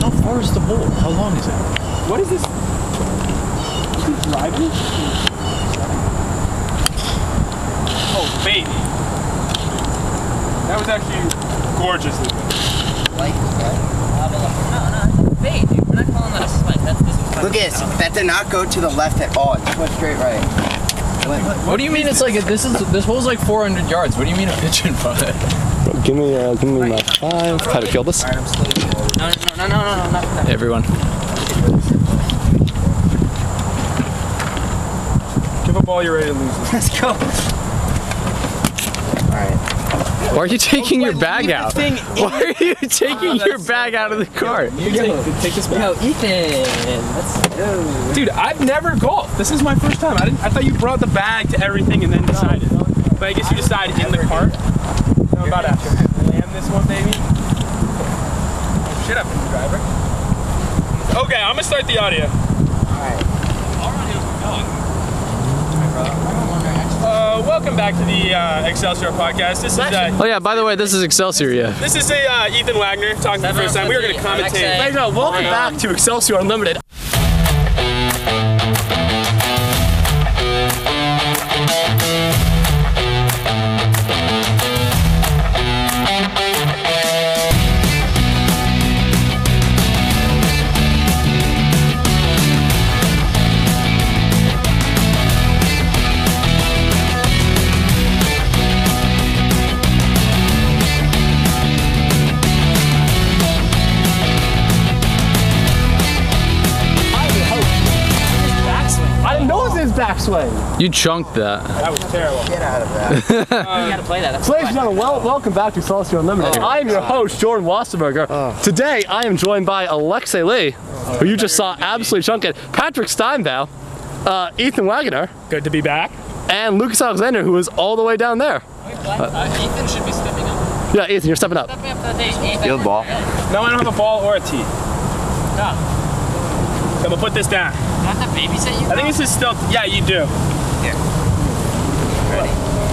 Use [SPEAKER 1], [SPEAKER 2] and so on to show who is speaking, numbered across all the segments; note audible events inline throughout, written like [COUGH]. [SPEAKER 1] far is the wall? How long is it?
[SPEAKER 2] What is this? Keep driving? Oh, baby. That was actually gorgeously done.
[SPEAKER 3] Like, uh, no, no, that's a fade, dude. We're not calling that a sweat. That's this was
[SPEAKER 4] Look at this. That did not go to the left at all. It just went straight right. Like,
[SPEAKER 1] What do you mean? It's like this is this hole's like 400 yards. What do you mean a pigeon putt?
[SPEAKER 5] Give me, uh, give me my five. How to field this?
[SPEAKER 3] No, no, no, no, no, no, not that.
[SPEAKER 1] Everyone.
[SPEAKER 2] Give up all your ready to lose this.
[SPEAKER 4] [LAUGHS] let's go.
[SPEAKER 1] Why are you taking your bag out? [LAUGHS] Why are you taking your Oh, bag out of the cart?
[SPEAKER 2] You take, take this back.
[SPEAKER 3] Yo, Ethan. Let's go.
[SPEAKER 2] Dude, I've never golfed. This is my first time. I, didn't, I thought you brought the bag to everything and then decided. But I guess you decide in the cart. I'm about to land this one, baby. Shut up, driver. Okay, I'm gonna start the audio. Uh, welcome back to the uh, Excelsior podcast. This is uh,
[SPEAKER 1] Oh yeah. By the way, this is Excelsior. Yeah.
[SPEAKER 2] this is a uh, Ethan Wagner talking for the first time. We were gonna commentate.
[SPEAKER 3] Alexa.
[SPEAKER 6] go. Welcome back to Excelsior Unlimited.
[SPEAKER 2] I didn't know it was his backswing.
[SPEAKER 1] You chunked that.
[SPEAKER 2] That was terrible.
[SPEAKER 4] Get out of that.
[SPEAKER 3] You gotta play that. That's
[SPEAKER 6] Ladies and gentlemen, well, welcome back to Excelsior Unlimited. I am your host, Jordan Wassenberger. Today, I am joined by Alexei Lee, who you just saw absolutely chunk it, Patrick Steinbaugh, uh, Ethan Wagoner,
[SPEAKER 2] Good to be back.
[SPEAKER 6] and Lucas Alexander, who is all the way down there.
[SPEAKER 2] Uh,
[SPEAKER 3] Ethan should be stepping up.
[SPEAKER 6] Yeah, Ethan, you're stepping up.
[SPEAKER 3] Step me up for the day, Ethan.
[SPEAKER 4] Field ball.
[SPEAKER 2] No, I don't have a ball or a tee.
[SPEAKER 3] No,
[SPEAKER 2] I'm gonna put this down.
[SPEAKER 3] not to babysit you.
[SPEAKER 2] I think this is still. Yeah, you do.
[SPEAKER 4] Ready?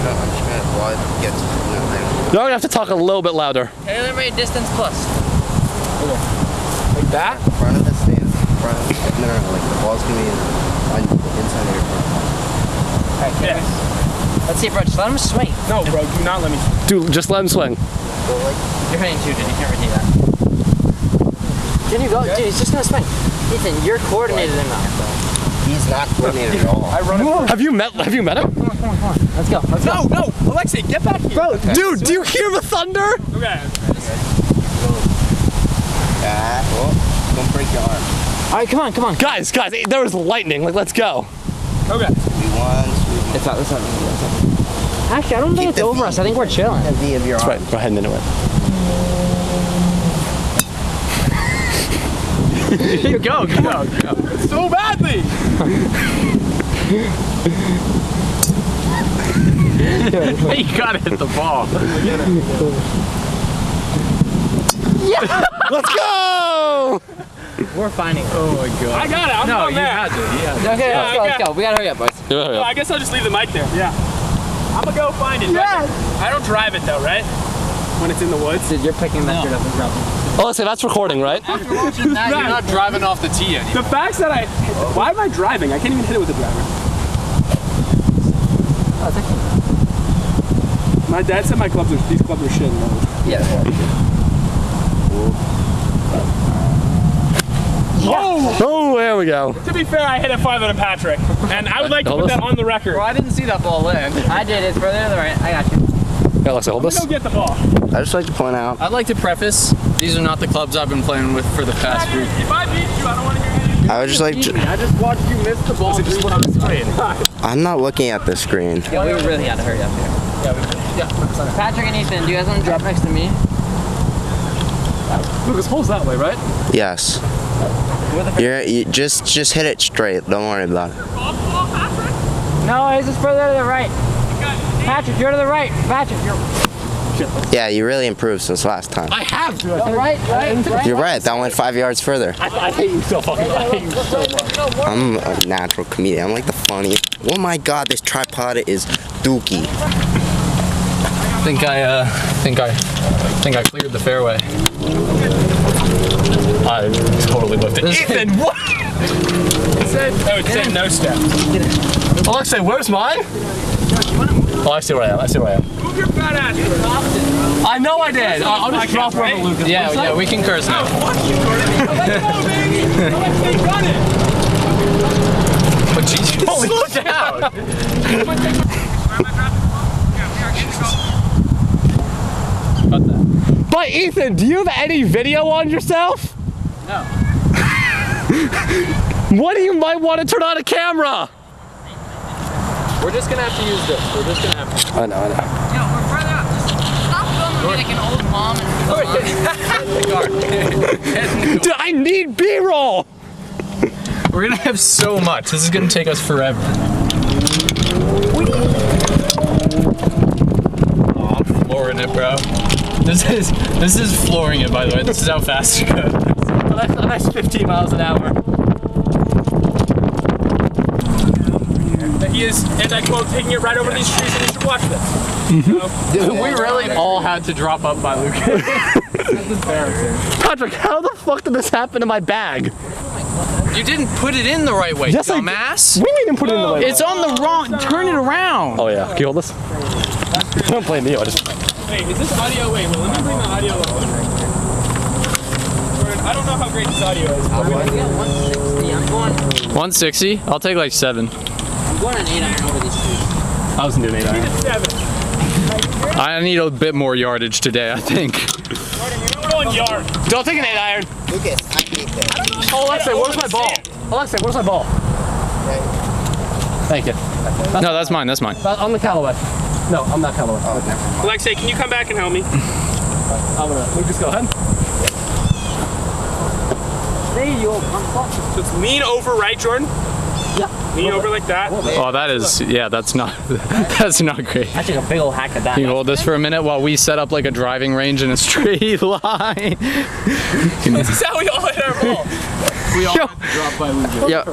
[SPEAKER 4] Not much bad. Well, it gets to the blue line.
[SPEAKER 6] You're gonna have to talk a little bit louder.
[SPEAKER 3] Taylor made distance plus.
[SPEAKER 2] Like that?
[SPEAKER 4] In front of the stands. In front of the No, no, no. Like, the ball's gonna be in, on the inside of your front.
[SPEAKER 2] Yes.
[SPEAKER 3] Let's see, bro. Just let him swing.
[SPEAKER 2] No, bro, do not let me.
[SPEAKER 6] Dude, just let him swing.
[SPEAKER 4] But, like,
[SPEAKER 3] You're hitting two, dude. You can't redo that. Didn't you go? Dude, he's just gonna swing. Ethan, you're coordinated enough.
[SPEAKER 4] he's not coordinated at [LAUGHS] all.
[SPEAKER 6] Have you met? Have you met him?
[SPEAKER 3] Let's go. Let's
[SPEAKER 2] No, no, Alexei, get back here. Bro.
[SPEAKER 6] Dude, do you hear the thunder?
[SPEAKER 2] Okay.
[SPEAKER 4] Ah, well, don't break your arm.
[SPEAKER 3] All right, come on, come on.
[SPEAKER 6] Guys, guys, there was lightning. Like, let's go.
[SPEAKER 2] Okay.
[SPEAKER 4] We want to
[SPEAKER 3] It's out. It's out. Actually, I don't think
[SPEAKER 4] Keep
[SPEAKER 3] it's
[SPEAKER 4] the
[SPEAKER 3] over
[SPEAKER 4] feet.
[SPEAKER 3] us. I think we're chilling.
[SPEAKER 4] the V of your arm.
[SPEAKER 6] Right, go ahead and into it.
[SPEAKER 1] You go, go, go.
[SPEAKER 2] So [LAUGHS] badly.
[SPEAKER 1] You gotta hit the ball.
[SPEAKER 6] Let's go!
[SPEAKER 3] We're finding. it.
[SPEAKER 1] Oh my god.
[SPEAKER 2] I got it. I'm
[SPEAKER 1] No,
[SPEAKER 2] going
[SPEAKER 1] you
[SPEAKER 2] there.
[SPEAKER 1] had to. Yeah.
[SPEAKER 3] Okay, let's
[SPEAKER 2] okay.
[SPEAKER 3] go. Let's go. We gotta hurry up, boys.
[SPEAKER 2] Well, I guess I'll just leave the mic there. Yeah. I'm gonna go find it. Yeah. I don't drive it though, right? When it's in the woods.
[SPEAKER 3] Dude, you're picking that shit up. No problem.
[SPEAKER 6] Oh, listen, that's recording, right?
[SPEAKER 2] you're not driving off the tee anymore. The fact that I, why am I driving? I can't even hit it with the driver. My dad said my clubs are these clubs are shit. No.
[SPEAKER 3] Yeah.
[SPEAKER 6] Oh, there we go.
[SPEAKER 2] To be fair, I hit it farther than Patrick, and I would like to put that on the record.
[SPEAKER 3] I didn't see that ball land. I did. It's further to the right. I got you.
[SPEAKER 6] Yeah, Alexa, hold this.
[SPEAKER 2] Go get the ball.
[SPEAKER 4] I just like to point out.
[SPEAKER 1] I'd like to preface. These are not the clubs I've been playing with for the past week.
[SPEAKER 2] If I beat you, I don't want to hear anything.
[SPEAKER 4] I would just like to.
[SPEAKER 2] I just watched you miss the ball. just what I'm [LAUGHS] saying.
[SPEAKER 4] I'm not looking at the screen.
[SPEAKER 3] Yeah, we really had to hurry up here. Patrick and Ethan, do you guys want to drop next to me?
[SPEAKER 6] Lucas, hole's that way, right?
[SPEAKER 4] Yes. You're, you just just hit it straight. Don't worry about it.
[SPEAKER 3] No, his is further to the right. Patrick, you're to the right. Patrick, you're
[SPEAKER 4] Yeah, you really improved since last time.
[SPEAKER 6] I have. Dude,
[SPEAKER 3] right, right, right.
[SPEAKER 4] You're right. That went five yards further.
[SPEAKER 6] I, I hate you so fucking much.
[SPEAKER 4] I'm a natural comedian. I'm like the funniest. Oh my god, this tripod is dookie.
[SPEAKER 1] Think I uh think I think I cleared the fairway.
[SPEAKER 6] I scored
[SPEAKER 2] probably
[SPEAKER 1] [LAUGHS]
[SPEAKER 2] lifted. Ethan, what? It said, no, it said no step.
[SPEAKER 6] Alexei, where's mine? Oh, I see where I am. I see where I am.
[SPEAKER 2] Move your fat ass.
[SPEAKER 6] I know I did. I- I'll just drop wherever Lucas
[SPEAKER 1] Yeah, yeah, we can curse now.
[SPEAKER 2] Fuck you, Jordan. Let's go, [LAUGHS] baby. Let's say run it.
[SPEAKER 1] But [LAUGHS] Jesus.
[SPEAKER 2] Slow down.
[SPEAKER 6] [LAUGHS] But Ethan, do you have any video on yourself? No. [LAUGHS] what do you might want to turn on a camera?
[SPEAKER 3] We're just gonna have to use this. We're just gonna have to.
[SPEAKER 7] I know, I know.
[SPEAKER 8] No, we're further up. Just stop filming me like an old mom and
[SPEAKER 6] Dude, I need B-roll.
[SPEAKER 1] We're gonna have so much. This is gonna take us forever. Oh, I'm flooring it, bro. This is this is flooring it. By the way, this is how fast it goes.
[SPEAKER 6] That's, that's 15 miles an hour.
[SPEAKER 2] He is, and I quote, taking it right over these trees, and you should watch this.
[SPEAKER 1] We really all had to drop up by Lucas.
[SPEAKER 6] Patrick, how the fuck did this happen to my bag?
[SPEAKER 1] You didn't put it in the [LAUGHS] right way,
[SPEAKER 6] Yes, I did.
[SPEAKER 1] dumbass.
[SPEAKER 6] We didn't put it in the label.
[SPEAKER 1] It's on the wrong. Turn it around.
[SPEAKER 6] Oh yeah, can you hold this? Don't blame me. I just
[SPEAKER 2] Wait, is this audio? Wait, well, let me bring the audio up. Jordan, I don't know how great this audio is. but
[SPEAKER 3] We got 160. I'm going.
[SPEAKER 1] 160. I'll take like seven.
[SPEAKER 3] I'm going an eight iron over these trees.
[SPEAKER 6] I was doing
[SPEAKER 2] we
[SPEAKER 6] it.
[SPEAKER 2] need a Seven.
[SPEAKER 1] I need a bit more yardage today. I think.
[SPEAKER 2] We're going yard.
[SPEAKER 6] Don't take an eight iron.
[SPEAKER 4] Lucas, I hate this.
[SPEAKER 6] Oh, Alexei, where's my ball? Alexei, where's my ball? Thank you.
[SPEAKER 1] No, that's mine. That's mine.
[SPEAKER 6] Uh, I'm the Callaway. No, I'm not Callaway.
[SPEAKER 2] Alexei, can you come back and help
[SPEAKER 6] [LAUGHS]
[SPEAKER 2] me?
[SPEAKER 6] I'm gonna Lucas. Go ahead.
[SPEAKER 3] Hey, you old motherfucker.
[SPEAKER 2] Just lean over, right, Jordan? Yeah. Lean over like that.
[SPEAKER 1] Oh, that is. Yeah, that's not. That's not great.
[SPEAKER 3] I took a big old hack of that.
[SPEAKER 1] Can you hold this for a minute while we set up like a driving range in a [LAUGHS] straight line?
[SPEAKER 2] This is how we all hit our ball.
[SPEAKER 3] Yo.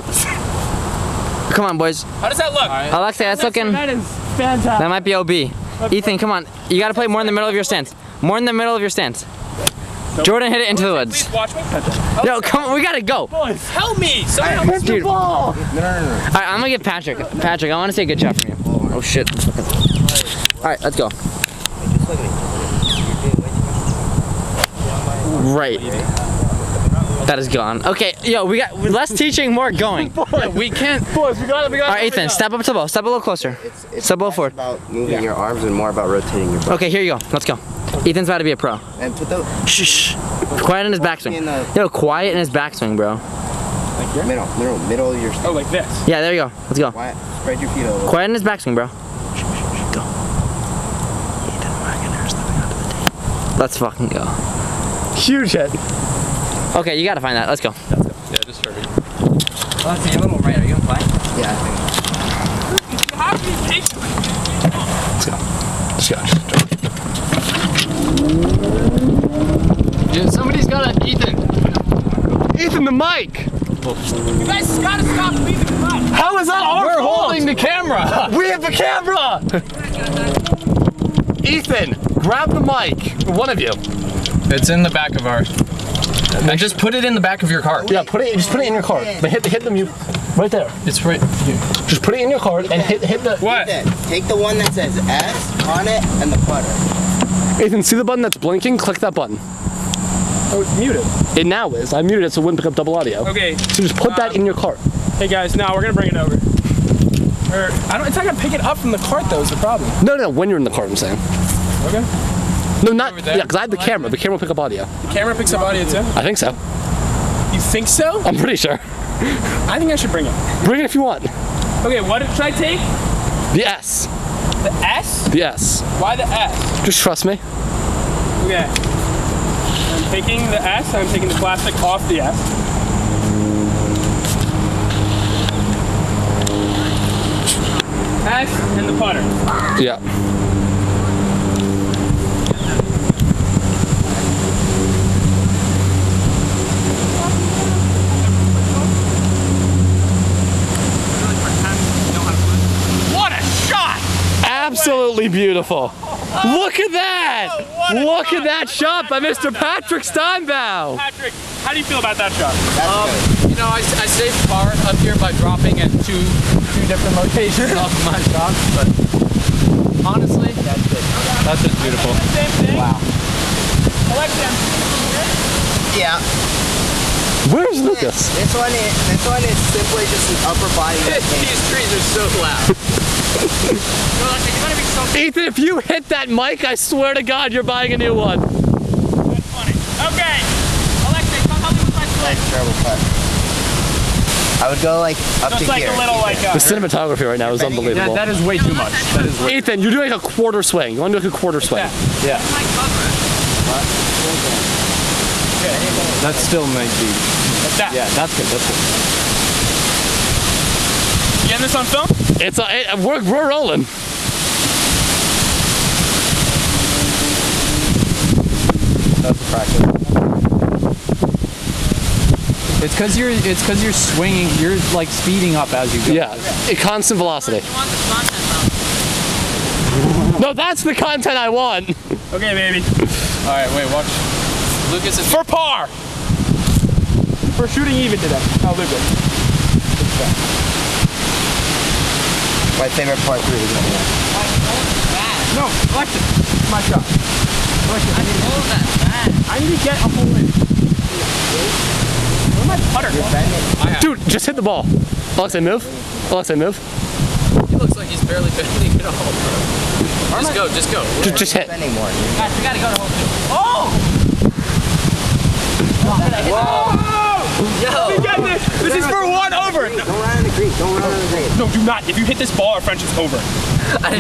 [SPEAKER 3] Come on, boys.
[SPEAKER 2] How does that look?
[SPEAKER 3] Alexei, that's looking. That is fantastic. That might be OB. Ethan, come on. You gotta play more in the middle of your stance. More in the middle of your stance. Jordan hit it into the woods.
[SPEAKER 2] Please watch me.
[SPEAKER 3] Yo, come on. We gotta go. All
[SPEAKER 2] Help me. Someone help me.
[SPEAKER 3] Dude. right, I'm gonna get Patrick. Patrick, I wanna see a good shot from you. Oh shit. All right, let's go. Right. That is gone. Okay, yo, we got less teaching, more going.
[SPEAKER 1] we can't.
[SPEAKER 6] Boys, we got it. We got it.
[SPEAKER 3] All right, Ethan, step up to the ball. Step a little closer. Step a little forward.
[SPEAKER 4] About moving your arms and more about rotating your body.
[SPEAKER 3] Okay, here you go. Let's go. Ethan's about to be a pro.
[SPEAKER 4] And put the
[SPEAKER 3] Shh. shh. Quiet in his backswing. Yo, quiet in his backswing, bro.
[SPEAKER 4] middle, middle, middle of your
[SPEAKER 2] Oh, like this.
[SPEAKER 3] Yeah, there you go. Let's go.
[SPEAKER 4] quiet. Spread your feet a little.
[SPEAKER 3] Quiet in his backswing, bro. Let's fucking go.
[SPEAKER 6] Huge hit.
[SPEAKER 3] Okay, you gotta find that. Let's go.
[SPEAKER 1] Yeah, just hurt
[SPEAKER 3] Let's see, a little right. Are you gonna play?
[SPEAKER 4] Yeah.
[SPEAKER 2] You have to be patient.
[SPEAKER 1] Dude, somebody's got to Ethan.
[SPEAKER 6] Ethan, the mic.
[SPEAKER 2] You guys gotta stop leaving the left.
[SPEAKER 6] How is that our
[SPEAKER 1] We're
[SPEAKER 6] fault?
[SPEAKER 1] holding the camera.
[SPEAKER 6] [LAUGHS] We have the camera. Ethan, grab the mic. One of you.
[SPEAKER 1] It's in the back of our. And just put it in the back of your car.
[SPEAKER 6] Yeah, put it. Just put it in your car. But hit the hit the mute. Right there.
[SPEAKER 1] It's right.
[SPEAKER 6] Just put it in your card and hit hit the.
[SPEAKER 2] What?
[SPEAKER 4] Take the one that says S on it and the putter.
[SPEAKER 6] Ethan, see the button that's blinking? Click that button.
[SPEAKER 2] Oh, it's muted.
[SPEAKER 6] It now is. I muted it so it wouldn't pick up double audio.
[SPEAKER 2] Okay.
[SPEAKER 6] So just put that in your cart.
[SPEAKER 2] Hey guys, now we're gonna bring it over. Or Er, I don't. It's not gonna pick it up from the cart though. Is the problem?
[SPEAKER 6] No, no, when you're in the cart, I'm saying.
[SPEAKER 2] Okay.
[SPEAKER 6] No, not
[SPEAKER 1] there?
[SPEAKER 6] yeah, because I have the camera. The camera will pick up audio.
[SPEAKER 2] The camera picks up audio too.
[SPEAKER 6] I think so.
[SPEAKER 2] You think so?
[SPEAKER 6] I'm pretty sure.
[SPEAKER 2] I think I should bring it.
[SPEAKER 6] Bring it if you want.
[SPEAKER 2] Okay. What should I take?
[SPEAKER 6] The S.
[SPEAKER 2] The S?
[SPEAKER 6] The S.
[SPEAKER 2] Why the S?
[SPEAKER 6] Just trust me.
[SPEAKER 2] Okay. I'm taking the S. I'm taking the plastic off the S. S and the putter.
[SPEAKER 6] Yeah.
[SPEAKER 2] What a shot!
[SPEAKER 6] Absolutely beautiful. Look at that!
[SPEAKER 2] what a
[SPEAKER 6] Look
[SPEAKER 2] shot.
[SPEAKER 6] at that shot by Mr. Patrick Steinbaugh!
[SPEAKER 2] Patrick, how do you feel about that shot?
[SPEAKER 1] Um, You know, I, I saved far up here by dropping at two two different locations off of my shots, but honestly, that's it. That's it, beautiful.
[SPEAKER 2] Same thing. Wow. Alexa,
[SPEAKER 4] Yeah.
[SPEAKER 6] Where's Lucas?
[SPEAKER 4] This one is this one is simply just an upper body.
[SPEAKER 1] These trees are so loud.
[SPEAKER 6] Ethan, if you hit that mic, I swear to God, you're buying a new one.
[SPEAKER 2] that's funny. Okay. Alexa, come help me with my split.
[SPEAKER 4] Terrible putt. I would go like up
[SPEAKER 2] Just
[SPEAKER 4] to
[SPEAKER 2] like
[SPEAKER 4] here.
[SPEAKER 2] a little like
[SPEAKER 6] The
[SPEAKER 2] uh,
[SPEAKER 6] cinematography right now is unbelievable.
[SPEAKER 2] is way too much. That is way
[SPEAKER 6] Ethan, you're doing a quarter swing. You want to do like a quarter swing?
[SPEAKER 9] That still might be.
[SPEAKER 2] that.
[SPEAKER 9] Yeah, that's good. That's good.
[SPEAKER 2] You getting this on film?
[SPEAKER 6] It's a, it, we're, we're rolling.
[SPEAKER 9] That's a practice.
[SPEAKER 1] It's because you're it's because you're swinging. You're like speeding up as you go.
[SPEAKER 6] Yeah, a constant velocity.
[SPEAKER 10] You want the content though.
[SPEAKER 6] No, that's the content I want.
[SPEAKER 2] Okay, baby.
[SPEAKER 1] All right, wait, watch. Lucas is
[SPEAKER 2] For par. We're shooting even today. I'll live it.
[SPEAKER 4] My favorite part three is over there.
[SPEAKER 2] No, Alexa, my shot. Alexa, I need
[SPEAKER 10] Oh, that bad.
[SPEAKER 2] I need to get a hole in. Where my putter?
[SPEAKER 6] Dude, just hit the ball. Alexa, move. Alexa, move.
[SPEAKER 1] He looks like he's barely bending at all. Just go, just go.
[SPEAKER 6] Just, just hit. [LAUGHS]
[SPEAKER 4] Spending more.
[SPEAKER 10] Guys, we gotta go to home.
[SPEAKER 2] You got this. This is for one over. No,
[SPEAKER 4] Don't run on the green. Don't run on the green.
[SPEAKER 2] no, do not. If you hit this ball, our
[SPEAKER 1] [LAUGHS]
[SPEAKER 2] friendship's over. [LAUGHS]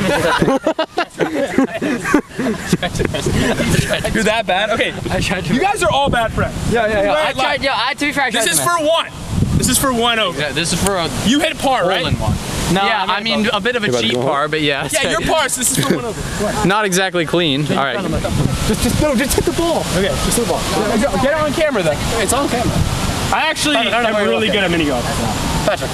[SPEAKER 2] You're that bad? Okay.
[SPEAKER 1] I tried
[SPEAKER 2] You guys are all bad friends.
[SPEAKER 1] Yeah, yeah, yeah.
[SPEAKER 2] Right,
[SPEAKER 3] I tried,
[SPEAKER 2] like,
[SPEAKER 3] yo, I, to be fair, I tried
[SPEAKER 2] this is
[SPEAKER 3] to
[SPEAKER 2] for one. This is for one over.
[SPEAKER 1] Yeah, this is for a
[SPEAKER 2] You hit par, right?
[SPEAKER 1] one.
[SPEAKER 3] No,
[SPEAKER 1] yeah,
[SPEAKER 3] I'm
[SPEAKER 1] I mean a bit of a
[SPEAKER 6] about to
[SPEAKER 1] cheat
[SPEAKER 6] go home?
[SPEAKER 1] par, but yeah.
[SPEAKER 2] Yeah, you're par, so this is for one
[SPEAKER 1] [LAUGHS]
[SPEAKER 2] over.
[SPEAKER 1] Not exactly clean. All right.
[SPEAKER 2] No, just hit the ball. Okay, just hit the ball. Get it on camera then. It's on camera. I actually I am really good at mini golf. Patrick.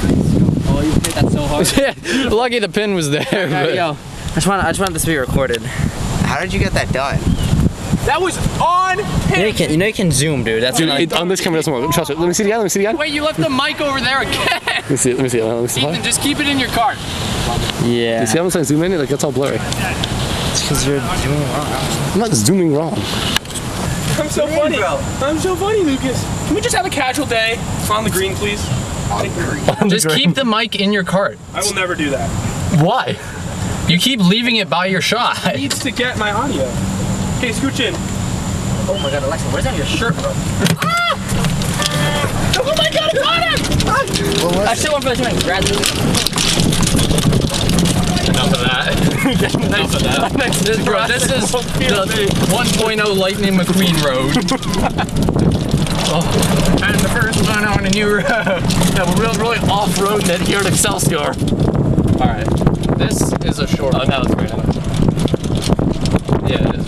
[SPEAKER 3] That's so hard.
[SPEAKER 1] Lucky the pin was there. But.
[SPEAKER 3] yo, I just want I just want this to be recorded.
[SPEAKER 4] How did you get that done?
[SPEAKER 2] That was on
[SPEAKER 3] You know you can, you know you can zoom, dude. That's
[SPEAKER 6] Dude,
[SPEAKER 3] another-
[SPEAKER 6] it, on this camera doesn't work. Trust me. Let me see it again. Let me see it again.
[SPEAKER 1] Wait, you left the mic over there again.
[SPEAKER 6] Let me see it. Let me see it. Let me see it.
[SPEAKER 1] Ethan, just keep it in your cart.
[SPEAKER 3] yeah.
[SPEAKER 6] You see how much I zoom in? It like gets all blurry. It's because you're doing wrong. I'm not zooming wrong.
[SPEAKER 2] I'm so funny. I'm so funny, Lucas. Can we just have a casual day on the green, please?
[SPEAKER 1] Just keep the mic in your cart.
[SPEAKER 2] I will never do that.
[SPEAKER 6] Why?
[SPEAKER 1] You keep leaving it by your shot. [LAUGHS]
[SPEAKER 2] Needs to get my audio. Okay, scooch in.
[SPEAKER 3] I still want for the shooting. Brad,
[SPEAKER 1] Enough of [LAUGHS] that. Enough of that. This, bro, this is Oh, the 1.0 Lightning McQueen [LAUGHS] road. oh. I'm the first one on a new road. [LAUGHS]
[SPEAKER 6] Yeah, we're really, really off-roading it here at Excelsior.
[SPEAKER 1] All right. This is a short.
[SPEAKER 6] Oh, that was great.
[SPEAKER 1] Yeah, it is.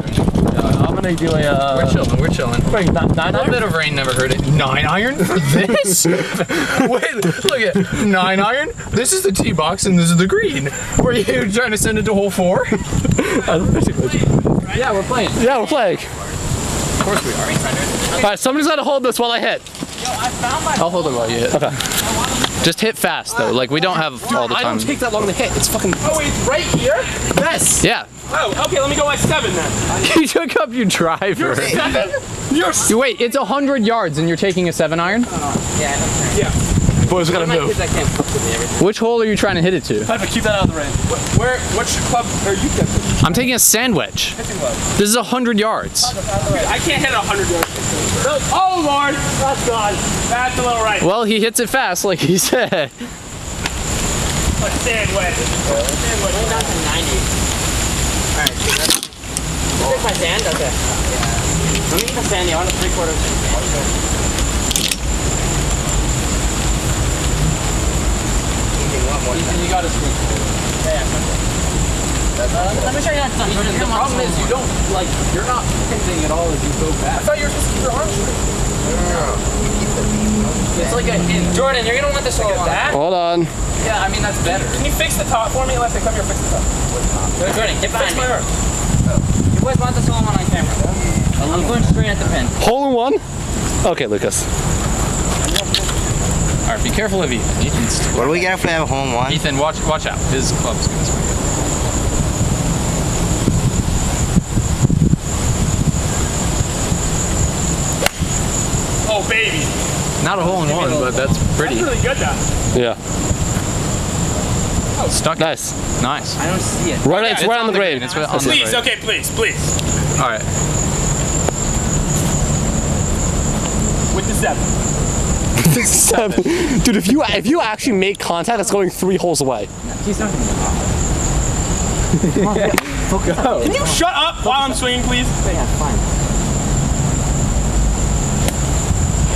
[SPEAKER 1] Uh,
[SPEAKER 6] I'm gonna do a
[SPEAKER 1] We're
[SPEAKER 6] uh,
[SPEAKER 1] chilling. We're chilling.
[SPEAKER 6] wait, nine, nine
[SPEAKER 1] A bit of rain never hurt it. Nine iron for [LAUGHS] this? Wait, look at nine iron. This is the tee box and this is the green. Were you trying to send it to hole four? yeah, we're playing.
[SPEAKER 6] Yeah, we're playing. Of course we are. All right, somebody's gotta hold this while I hit.
[SPEAKER 1] I'll hold it while you hit. Okay. Just hit fast though. Like we don't have all the
[SPEAKER 6] I
[SPEAKER 1] time.
[SPEAKER 6] don't take that long to hit. It's fucking.
[SPEAKER 2] Oh, it's right here? Yes.
[SPEAKER 1] Yeah.
[SPEAKER 2] Oh, okay, let me go by seven then.
[SPEAKER 1] you took up your driver.
[SPEAKER 2] You're
[SPEAKER 1] You wait, it's a hundred yards and you're taking a seven iron.
[SPEAKER 6] Boys, we gotta
[SPEAKER 2] Oh.
[SPEAKER 6] move.
[SPEAKER 1] Which hole are you trying to hit it to?
[SPEAKER 2] Patrick, keep that out of the rain. Wh- Where, what's your club? Or you got the
[SPEAKER 1] I'm taking a sand wedge.
[SPEAKER 2] pitching club.
[SPEAKER 1] This is a hundred yards.
[SPEAKER 2] Dude, I can't hit a 100 yards. No. Oh, Lord. That's gone. That's a little right.
[SPEAKER 1] Well, he hits it fast, like he said.
[SPEAKER 2] But stand wedge. Stand wedge.
[SPEAKER 10] Down to 90. Alright, shoot, that's- Take my sand? Okay. Let me get the sand. I want a three quarters.
[SPEAKER 1] You gotta swing.
[SPEAKER 10] Let me show you that something.
[SPEAKER 1] The problem is you don't like you're not pivoting at all as you go back.
[SPEAKER 2] I thought you were supposed to keep your arms straight.
[SPEAKER 1] I
[SPEAKER 3] It's like a hint. Jordan, you're gonna want this like a that?
[SPEAKER 6] Hold on.
[SPEAKER 3] Yeah, I mean that's better.
[SPEAKER 2] Can you fix the top for me? Alexa, come here, fix the top.
[SPEAKER 3] Jordan, get behind
[SPEAKER 2] Fix my
[SPEAKER 3] me.
[SPEAKER 2] arm.
[SPEAKER 3] You boys want this one on camera? I'm going straight at the pin.
[SPEAKER 6] Hole in one? Okay, Lucas.
[SPEAKER 11] All right, be careful of Ethan. Ethan's,
[SPEAKER 4] What do we get if we have a home one?
[SPEAKER 11] Ethan, watch watch out. His club's going to
[SPEAKER 2] Oh, baby.
[SPEAKER 11] Not a hole in one, but that's
[SPEAKER 2] That's
[SPEAKER 11] pretty.
[SPEAKER 2] really good, though.
[SPEAKER 6] Yeah.
[SPEAKER 11] Stuck. it.
[SPEAKER 6] Nice.
[SPEAKER 11] Nice.
[SPEAKER 3] I don't see it.
[SPEAKER 1] Oh,
[SPEAKER 6] Right, it's right on the green. [LAUGHS]
[SPEAKER 11] It's right on the
[SPEAKER 2] Please,
[SPEAKER 11] green.
[SPEAKER 2] okay, please, please.
[SPEAKER 11] All right.
[SPEAKER 2] With the seven.
[SPEAKER 6] Seven. Dude, if you if you actually make contact, it's going three holes away.
[SPEAKER 2] Can you shut up while I'm swinging, please?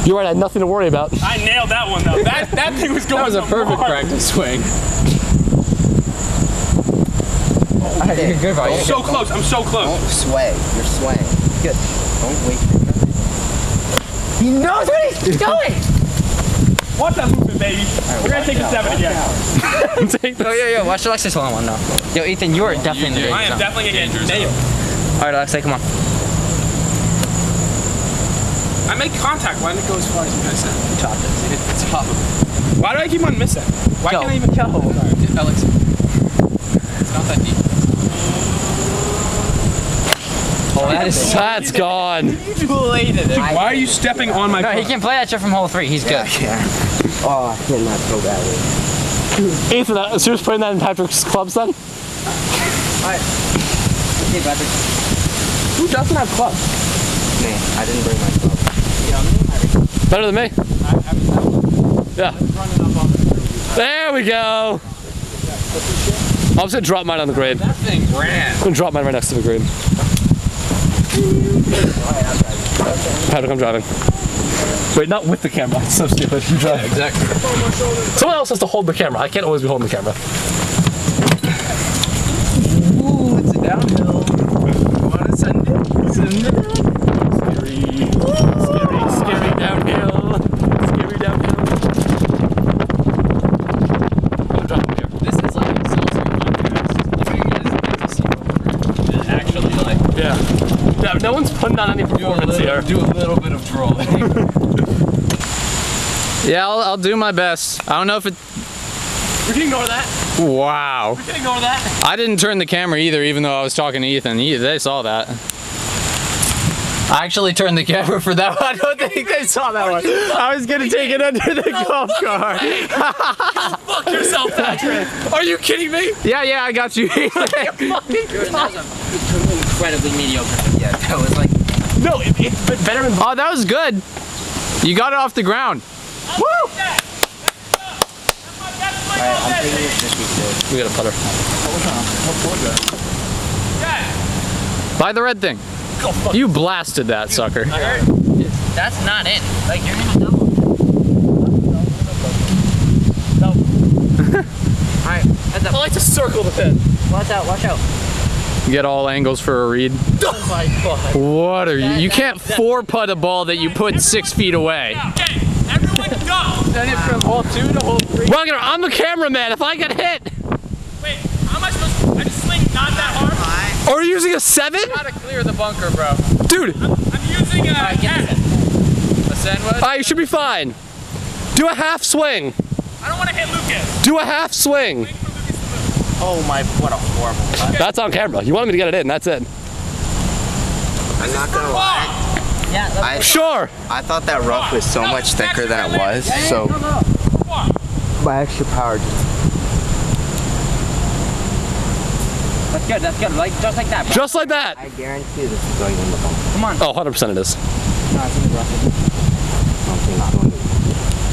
[SPEAKER 6] You're right. I had nothing to worry about. [LAUGHS]
[SPEAKER 2] I nailed that one, though. That, that thing was going
[SPEAKER 11] That was a
[SPEAKER 2] to
[SPEAKER 11] perfect
[SPEAKER 2] mark.
[SPEAKER 11] practice swing.
[SPEAKER 2] I'm so close. I'm so close.
[SPEAKER 4] Don't sway. You're swaying. Good. Don't wait.
[SPEAKER 2] Watch that movement, baby. We're going to take the seven again.
[SPEAKER 6] Take
[SPEAKER 1] Yo,
[SPEAKER 6] this.
[SPEAKER 1] yo, yo, Oh, watch Alexis hole in one now. Yo, Ethan, you are definitely in the
[SPEAKER 2] I
[SPEAKER 1] danger
[SPEAKER 2] am
[SPEAKER 1] zone.
[SPEAKER 2] definitely getting nailed.
[SPEAKER 1] All right, Alexei, come on.
[SPEAKER 2] I make contact. Why didn't it go as far as you guys said? You topped it. It's top of it. Why do I keep on missing? Why
[SPEAKER 1] Go.
[SPEAKER 2] can't I even tell?
[SPEAKER 11] Alex. It's not that deep.
[SPEAKER 3] Oh,
[SPEAKER 1] That is so-
[SPEAKER 6] That's gone.
[SPEAKER 3] You bladed it.
[SPEAKER 2] Why are you stepping on my
[SPEAKER 1] No, [LAUGHS] he
[SPEAKER 2] foot?
[SPEAKER 1] can play that shit from hole three. He's good.
[SPEAKER 4] Oh, I cannot go that
[SPEAKER 6] Ethan, uh, so you're putting that in Patrick's clubs then?
[SPEAKER 3] Okay, Patrick.
[SPEAKER 6] Who doesn't have clubs?
[SPEAKER 4] way. Man, I didn't bring my club.
[SPEAKER 6] Better than me. Yeah. There we go. I'm just gonna drop mine on the grade.
[SPEAKER 11] That thing ran.
[SPEAKER 6] I'm gonna drop mine right next to the green. Patrick, I'm driving. Wait, not with the camera. [LAUGHS] That's so stupid. You drive.
[SPEAKER 11] Exactly.
[SPEAKER 6] Someone else has to hold the camera. I can't always be holding the camera.
[SPEAKER 2] Ooh, it's a downhill. What a Sunday. It's a Scary. Scary, scary downhill. Scary downhill.
[SPEAKER 6] I'm driving over here.
[SPEAKER 11] This is like exhausting podcast. Like, you guys get to see what we're doing. Actually, like,
[SPEAKER 6] Yeah. No, no one's putting on any
[SPEAKER 11] do a,
[SPEAKER 6] performance
[SPEAKER 11] little,
[SPEAKER 6] here.
[SPEAKER 11] do a little bit of drawing.
[SPEAKER 1] Yeah, I'll, I'll do my best. I don't know if it.
[SPEAKER 2] We can ignore that.
[SPEAKER 1] Wow.
[SPEAKER 2] We can ignore that.
[SPEAKER 1] I didn't turn the camera either, even though I was talking to Ethan. He- They saw that. I actually turned the camera for that one. [LAUGHS] I don't think they saw that one. I was gonna take it under the golf [LAUGHS] cart.
[SPEAKER 2] Fuck yourself, Patrick. Are you kidding me?
[SPEAKER 1] Yeah, yeah, I got [LAUGHS] you.
[SPEAKER 3] Jordan, that was a incredibly mediocre. Yeah, that was like.
[SPEAKER 6] No, it, it's been better than.
[SPEAKER 1] Oh, that was good. You got it off the ground.
[SPEAKER 4] I'm thinking it's just because.
[SPEAKER 6] We got a putter.
[SPEAKER 1] Buy the red thing. You blasted that sucker.
[SPEAKER 3] That's not it. Like you're gonna double.
[SPEAKER 1] [LAUGHS]
[SPEAKER 3] Alright, heads up.
[SPEAKER 2] I like to circle the pin.
[SPEAKER 3] Watch out, watch [LAUGHS] out.
[SPEAKER 1] Get all angles for a read.
[SPEAKER 3] Oh my god.
[SPEAKER 1] What are you? You can't four putt a ball that you put six feet away.
[SPEAKER 2] Okay, everyone go. Then it from hole two to hole three.
[SPEAKER 6] Wagner, I'm the cameraman. If I get hit,
[SPEAKER 2] Wait, how am I supposed to? I just swing not that hard.
[SPEAKER 6] are you using a seven?
[SPEAKER 11] Gotta clear the bunker, bro.
[SPEAKER 6] Dude,
[SPEAKER 2] I'm using a. I
[SPEAKER 11] A sandwich?
[SPEAKER 6] I should be fine. Do a half swing.
[SPEAKER 2] don't want to hit Lucas.
[SPEAKER 6] Do a half swing.
[SPEAKER 2] Swing for Lucas to move.
[SPEAKER 4] Oh my, what a horrible.
[SPEAKER 6] That's on camera. You wanted me to get it in. That's it.
[SPEAKER 4] I'm not gonna lie.
[SPEAKER 3] Yeah, that's
[SPEAKER 4] I,
[SPEAKER 6] Sure.
[SPEAKER 4] I thought that rough was so much thicker than it was, so. My extra power just.
[SPEAKER 3] that's good, that's good. Like just like that, bro.
[SPEAKER 6] Just like that.
[SPEAKER 4] I guarantee this is going in the bump.
[SPEAKER 3] Come on.
[SPEAKER 6] Oh, 100% it is.
[SPEAKER 3] No, it's in the rough.
[SPEAKER 4] Something not going in.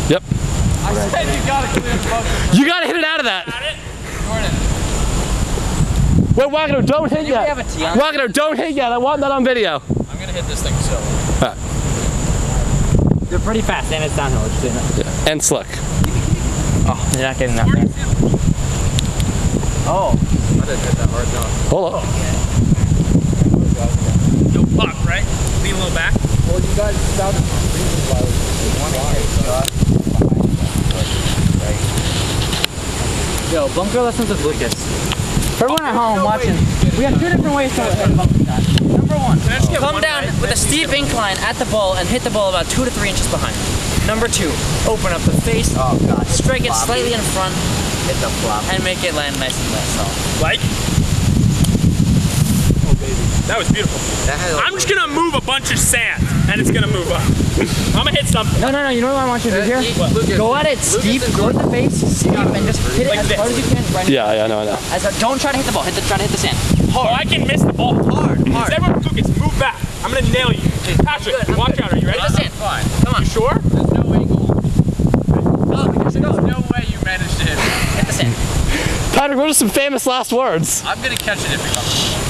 [SPEAKER 6] Yep.
[SPEAKER 2] I said you gotta clear the bunker.
[SPEAKER 6] You gotta hit it out of that.
[SPEAKER 2] Got it?
[SPEAKER 6] Wait, Wagner, don't hit
[SPEAKER 3] We
[SPEAKER 6] yet.
[SPEAKER 3] have a tee on.
[SPEAKER 6] Wagner, don't hit yet. I want that on video.
[SPEAKER 11] I'm gonna hit this thing so.
[SPEAKER 3] They're pretty fast and it's downhill. It's doing it.
[SPEAKER 6] And slick.
[SPEAKER 3] Oh, they're not getting that fast. Oh.
[SPEAKER 11] I didn't hit that hard enough.
[SPEAKER 6] Hold up.
[SPEAKER 2] You'll pop, right? Lean a little back.
[SPEAKER 11] Well, you guys sounded
[SPEAKER 3] though. Bump girl lessons with Lucas. For everyone at home watching, we have two different ways to attack bump shot. Number one, come down with a steep incline at the ball and hit the ball about two to three inches behind. Number two, open up the face, strike it slightly in front, Oh, hit the flop, and make it land nice and nice.
[SPEAKER 2] Like?
[SPEAKER 3] Oh,
[SPEAKER 2] That was beautiful. I'm just gonna move a bunch of sand, and it's gonna move up. I'm gonna hit something.
[SPEAKER 3] No, no, no. You know what I want you to do here? Go at it steep, go to the face, steep, and just hit it
[SPEAKER 2] Like
[SPEAKER 3] as
[SPEAKER 2] this.
[SPEAKER 3] hard as you can. Right
[SPEAKER 5] Yeah, yeah, I know, I know.
[SPEAKER 3] As a, don't try to hit the ball. Hit the try to hit the sand.
[SPEAKER 2] Hard. I can miss the ball. Hard. Hard. Everyone, Lucas, move back. I'm gonna nail you. Patrick,
[SPEAKER 3] good, I'm
[SPEAKER 2] watch
[SPEAKER 3] good.
[SPEAKER 2] out. Are you ready?
[SPEAKER 3] Hit the sand. Come on.
[SPEAKER 2] You sure?
[SPEAKER 11] no way goal.
[SPEAKER 3] Oh,
[SPEAKER 11] There's no way you managed to hit it.
[SPEAKER 3] hit the sand.
[SPEAKER 6] Patrick, what are some famous last words?
[SPEAKER 11] I'm gonna catch it if you want.